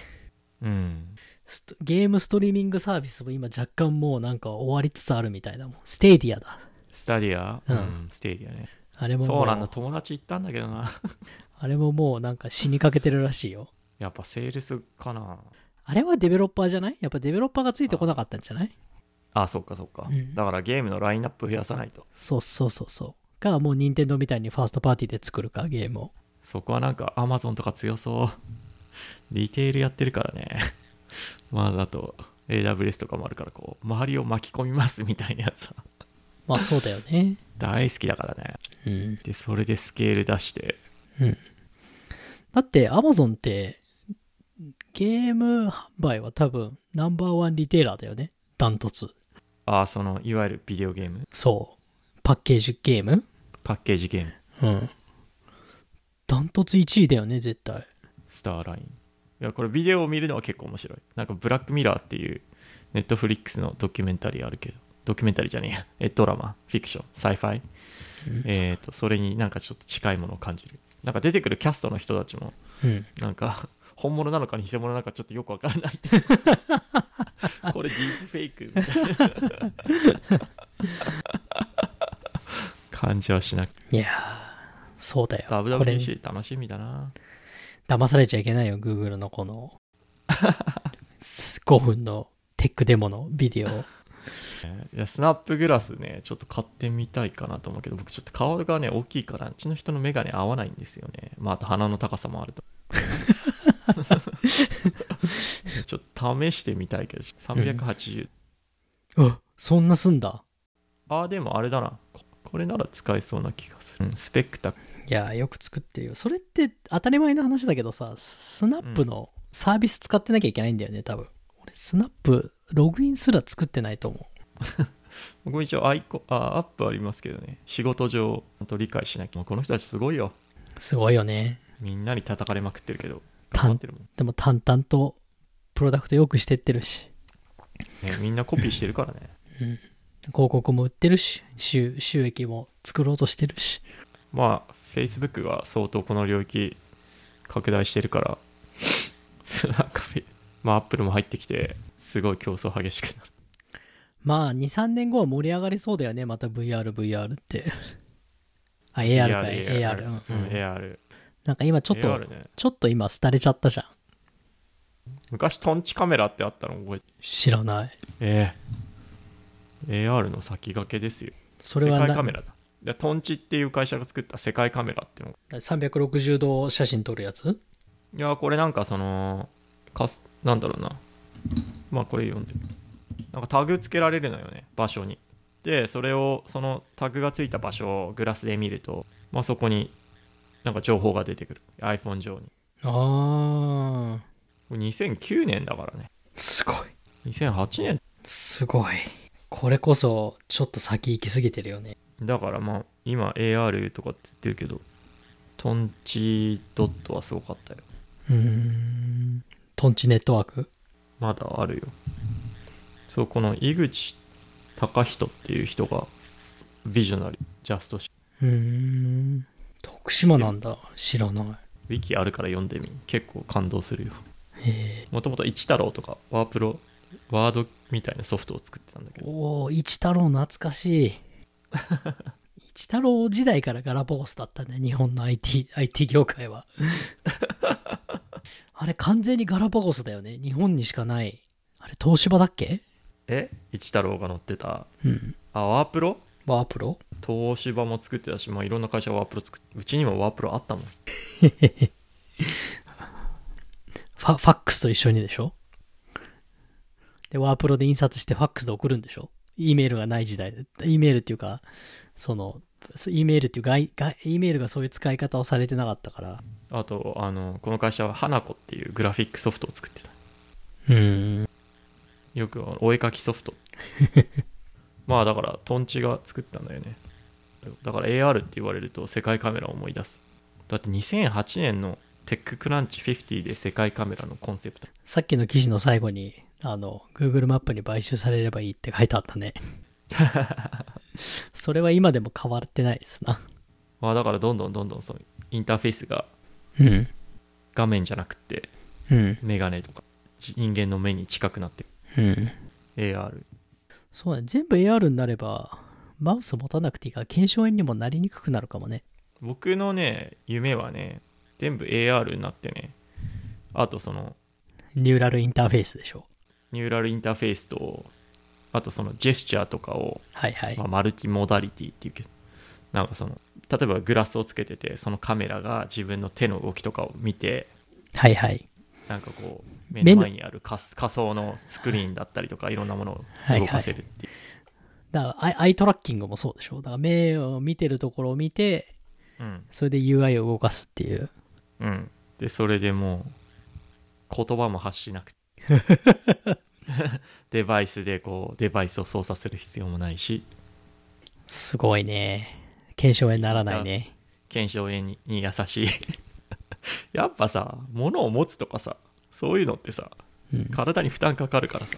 Speaker 1: ううん
Speaker 2: ストゲームストリーミングサービスも今若干もうなんか終わりつつあるみたいだもんステーディアだ
Speaker 1: スタディア、
Speaker 2: うん
Speaker 1: ステディアね
Speaker 2: あれもも
Speaker 1: そうなんだ友達行ったんだけどな
Speaker 2: あれももうなんか死にかけてるらしいよ
Speaker 1: やっぱセールスかな
Speaker 2: あれはデベロッパーじゃないやっぱデベロッパーがついてこなかったんじゃない
Speaker 1: あそっかそっか、
Speaker 2: うん
Speaker 1: だからゲームのラインナップ増やさないと
Speaker 2: そうそうそうそう。か、もう任天堂みたいにファーストパーティーで作るか、ゲームを。
Speaker 1: そこはなんかアマゾンとか強そう リテールやってるからね まあだと AWS とかもあるからこう周りを巻き込みますみたいなやつは
Speaker 2: まあそうだよね。
Speaker 1: 大好きだからね
Speaker 2: うん。
Speaker 1: でそれでスケール出して
Speaker 2: だって、アマゾンって、ゲーム販売は多分ナンバーワンリテーラーだよね。ダントツ。
Speaker 1: ああそのいわゆるビデオゲーム
Speaker 2: そう。パッケージゲーム
Speaker 1: パッケージゲーム
Speaker 2: うん。ダントツ1位だよね、絶対。
Speaker 1: スターラインいやこれビデオを見るのは結構面白いなんか「ブラックミラー」っていうネットフリックスのドキュメンタリーあるけどドキュメンタリーじゃねえや えドラマフィクションサイファイえー、とそれになんかちょっと近いものを感じるなんか出てくるキャストの人たちも
Speaker 2: うん
Speaker 1: なんか 本物なのか偽物なのかちょっとよくわからない これディープフェイクみたいな 感じはしなくて
Speaker 2: いやーそうだよ。これ、
Speaker 1: WWDC 楽しみだな
Speaker 2: 騙されちゃいけないよ、Google のこの、5分のテックデモのビデオ。
Speaker 1: えーいやスナップグラスねちょっと買ってみたいかなと思うけど僕ちょっと顔がね大きいからうちの人の眼鏡合わないんですよねまああと鼻の高さもあるとちょっと試してみたいけど380、
Speaker 2: あそんなすんだ。
Speaker 1: ああでもあれだなここれなら使えそうな気がする、うんスペクタク
Speaker 2: いやーよく作ってるよ。それって当たり前の話だけどさ、スナップのサービス使ってなきゃいけないんだよね、多分。俺、スナップ、ログインすら作ってないと思う。
Speaker 1: 僕も一応アイコあアップありますけどね仕事上ほんと理解しなきゃもうこの人たちすごいよ
Speaker 2: すごいよね。
Speaker 1: みんなに叩かれまくってるけど
Speaker 2: たん
Speaker 1: 頑張ってるもん、
Speaker 2: でも淡々と、プロダクトよくしてってるし、
Speaker 1: ね、みんなコピーしてるからね
Speaker 2: 広告も売ってるし、収収益も作ろうとしてるし。
Speaker 1: まあ Facebook が相当この領域拡大してるから なんかまあ Apple も入ってきてすごい競争激しくなる
Speaker 2: まあ、2、3年後は盛り上がりそうだよね。また VR、VR って。 あ、AR か AR。
Speaker 1: AR
Speaker 2: うんうん
Speaker 1: うん AR
Speaker 2: なんか今ちょっと、
Speaker 1: AR ね
Speaker 2: ちょっと今、廃れちゃったじゃん。
Speaker 1: 昔トンチカメラってあったの覚えて
Speaker 2: 知らない。
Speaker 1: ええ AR の先駆けですよ
Speaker 2: それは
Speaker 1: 世
Speaker 2: な
Speaker 1: 界カメラだでトンチっていう会社が作った世界カメラっていうの
Speaker 2: 360度写真撮るやつ
Speaker 1: いやーこれなんかそのかすなんだろうなまあこれ読んでなんかタグつけられるのよね場所にでそれをそのタグがついた場所をグラスで見ると、まあ、そこになんか情報が出てくる iPhone 上に
Speaker 2: ああ、
Speaker 1: これ2009年だからね
Speaker 2: すごい。
Speaker 1: 2008年
Speaker 2: すごい。これこそ、ちょっと先行き過ぎてるよね。
Speaker 1: だからまあ今 AR とかって言ってるけどトンチドットはすごかったよ
Speaker 2: うーん。トンチネットワーク
Speaker 1: まだあるよそうこの井口隆人っていう人がビジョナリージャストシ
Speaker 2: うーん。徳島なんだ。知らない。
Speaker 1: ウィキあるから読んでみ結構感動するよ
Speaker 2: へ
Speaker 1: もともと一太郎とかワープロワードみたいなソフトを作ってたんだけ
Speaker 2: ー
Speaker 1: ど
Speaker 2: おお一太郎懐かしい。 一太郎時代からガラポゴスだったね。日本の IT、IT 業界は。 あれ完全にガラポゴスだよね。日本にしかない。あれ東芝だっけ
Speaker 1: え一太郎が乗ってた
Speaker 2: うん。
Speaker 1: あワープロ
Speaker 2: ワープロ
Speaker 1: 東芝も作ってたし、まあ、いろんな会社ワープロ作ってうちにもワープロあったもん
Speaker 2: ファファックスと一緒にでしょで、ワープロで印刷してファックスで送るんでしょ ?E メールがない時代。E メールっていうか、その、E メールっていう外、外 E メールがそういう使い方をされてなかったから。
Speaker 1: あとあのこの会社は花子っていうグラフィックソフトを作ってた
Speaker 2: うん。
Speaker 1: よくあのお絵かきソフトまあだからトンチが作ったんだよねだから AR って言われると世界カメラを思い出すだって2008年のテッククランチ50で世界カメラのコンセプト
Speaker 2: さっきの記事の最後に、あの、Google マップに買収されればいいって書いてあった ね。それは今でも変わってないですな。
Speaker 1: まあだからどんどんどんどんそのインターフェースが
Speaker 2: うん。
Speaker 1: 画面じゃなくて
Speaker 2: うん。
Speaker 1: メガネとかじ人間の目に近くなって
Speaker 2: うん。
Speaker 1: る AR
Speaker 2: そうだね。全部 AR になれば、マウス持たなくていいから、検証炎にもなりにくくなるかもね。
Speaker 1: 僕のね夢はね全部 AR になってねあとその
Speaker 2: ニューラルインターフェースでしょ。
Speaker 1: ニューラルインターフェースとあとそのジェスチャーとかを
Speaker 2: はいはい
Speaker 1: まあ、。マルチモダリティっていうけどなんかその例えばグラスをつけててそのカメラが自分の手の動きとかを見て
Speaker 2: はいはい。
Speaker 1: なんかこう
Speaker 2: 目
Speaker 1: 目
Speaker 2: の
Speaker 1: の前にある仮仮想のスクリーンだったりとかいろんなものを動かせるっていう、
Speaker 2: だからアイアイトラッキングもそうでしょ。だから目を見てるところを見て、それで UI を動かすっていう。
Speaker 1: うんうんでそれでもう言葉も発しなく てデバイスでこうデバイスを操作する必要もないし
Speaker 2: すごいね。検証炎にならないね。
Speaker 1: 検証炎にに優しいやっぱさ物を持つとかさそういうのってさ
Speaker 2: うん、
Speaker 1: 体に負担かかるからさ、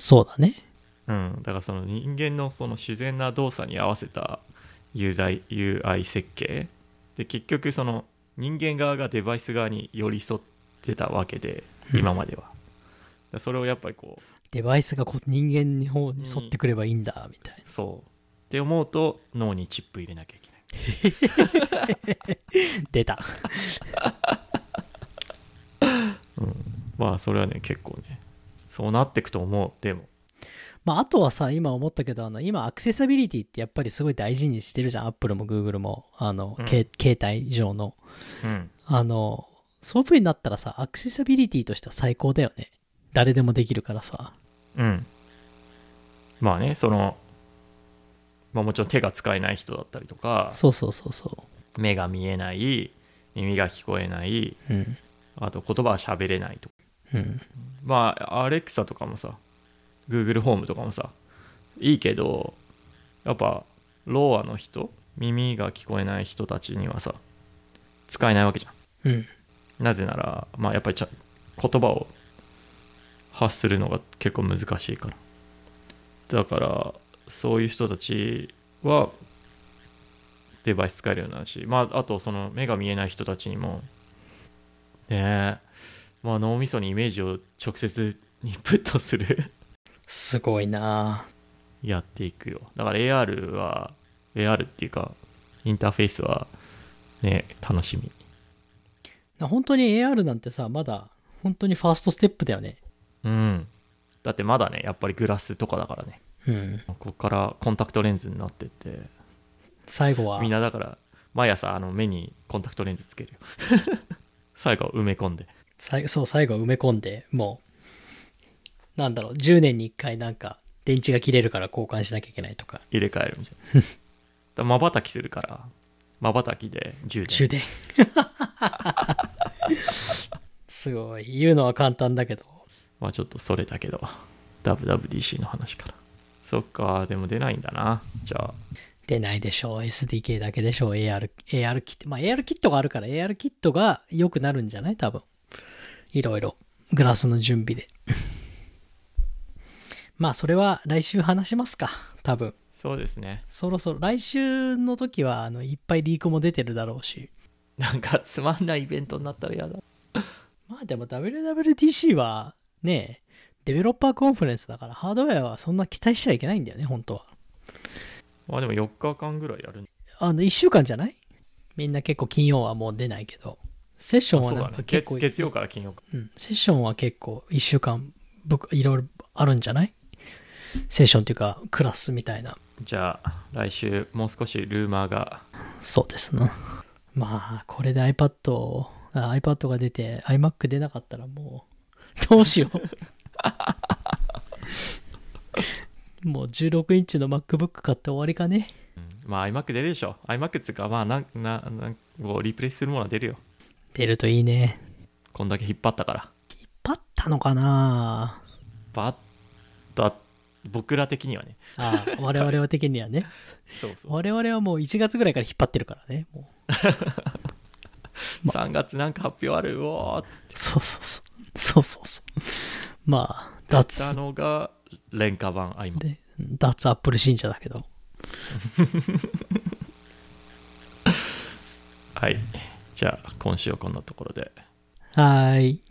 Speaker 2: そうだね。
Speaker 1: うん、だからその人間のその自然な動作に合わせた UI, UI 設計で結局その人間側がデバイス側に寄り添ってたわけで
Speaker 2: うん
Speaker 1: 今までは、だからそれをやっぱりこう
Speaker 2: デバイスがこう人間の方に沿ってくればいいんだ、みたいな。
Speaker 1: そうって思うと脳にチップ入れなきゃいけない
Speaker 2: 出た。
Speaker 1: まあそれはね結構ねそうなってくと思うでも
Speaker 2: まあ、あとはさ、今思ったけど、あの、今、アクセサビリティってやっぱりすごい大事にしてるじゃん。アップルも Google も、あの、
Speaker 1: うん
Speaker 2: け携帯上の。
Speaker 1: うん
Speaker 2: あの、そういう風になったらさ、アクセサビリティとしては最高だよね。誰でもできるからさ。
Speaker 1: うんまあねそのまあもちろん手が使えない人だったりとか
Speaker 2: そうそうそうそ。
Speaker 1: 目が見えない耳が聞こえないう
Speaker 2: うん。
Speaker 1: あと言葉は喋れないとか
Speaker 2: うん。
Speaker 1: まあアレクサとかもさ Google ホームとかもさいいけどやっぱローアの人耳が聞こえない人たちにはさ使えないわけじゃ
Speaker 2: うん。
Speaker 1: んなぜならまあやっぱりちゃ言葉を発するのが結構難しいからだからそういう人たちはデバイス使えるようになるしまああとその目が見えない人たちにもねえまあ脳みそにイメージを直接インプットする
Speaker 2: すごいなぁ
Speaker 1: やっていくよだから AR は AR っていうかインターフェースはね楽しみ
Speaker 2: な本当に AR なんてさ、まだ、本当にファーストステップだよね。
Speaker 1: うんだってまだねやっぱりグラスとかだからね
Speaker 2: うん。
Speaker 1: ここからコンタクトレンズになってって
Speaker 2: 最後は
Speaker 1: みん、なだから毎朝あの目にコンタクトレンズつけるよ 最後埋め込んで
Speaker 2: 最そう、最後埋め込んで、もう、なんだろう、10年に1回なんか、電池が切れるから交換しなきゃいけないとか。
Speaker 1: 入れ替えるみた いなまばたきするからまばたきで充電
Speaker 2: 終電。すごい。言うのは簡単だけど。
Speaker 1: まあちょっとそれだけど WWDC の話からそっかでも出ないんだなじゃあ
Speaker 2: 出ないでしょう。SDK だけでしょう。AR、AR キット。まあ、AR キットがあるから、AR キットが良くなるんじゃない多分。いろいろ。グラスの準備で。 まあ、それは来週話しますか。多分。
Speaker 1: そうですね
Speaker 2: そろそろ、来週の時は、あの、いっぱいリークも出てるだろうし。
Speaker 1: なんかつまんないイベントになったらやだ
Speaker 2: まあ、でも WWDC は、ね、デベロッパーコンファレンスだから、ハードウェアはそんな期待しちゃいけないんだよね、本当は。
Speaker 1: まあでも4日間ぐらいやるね
Speaker 2: あの、1週間じゃないみんな結構金曜はもう出ないけど。セッション
Speaker 1: あ
Speaker 2: は
Speaker 1: そう
Speaker 2: な
Speaker 1: だ
Speaker 2: ん
Speaker 1: ね
Speaker 2: か結構、
Speaker 1: 月月曜から金曜か
Speaker 2: うん、セッションは結構1週間ぶいろいろあるんじゃないセッションっていうかクラスみたいな。
Speaker 1: じゃあ来週もう少しルーマーが
Speaker 2: そうですな。まあ、これで iPad を、あ iPad が出て iMac 出なかったらもう、どうしよ う。もう16インチの MacBook 買って終わりかね。
Speaker 1: うんまあ iMac 出るでしょ iMac っつうかまあなんななんこうリプレイスするものは出るよ
Speaker 2: 出るといいね。
Speaker 1: こんだけ引っ張ったから
Speaker 2: パッたのかな
Speaker 1: バッタ僕ら的にはね
Speaker 2: ああ、我々は的にはね。
Speaker 1: そうそうそう
Speaker 2: 我々はもう1月ぐらいから引っ張ってるからね。もう
Speaker 1: 3月なんか発表あるうおーっつって
Speaker 2: そうそうそう。そうそうそう。まあ、脱
Speaker 1: た、のが廉価版 iMac
Speaker 2: で脱アップル信者だけど。
Speaker 1: はい。じゃあ、今週はこんなところで。
Speaker 2: はーい。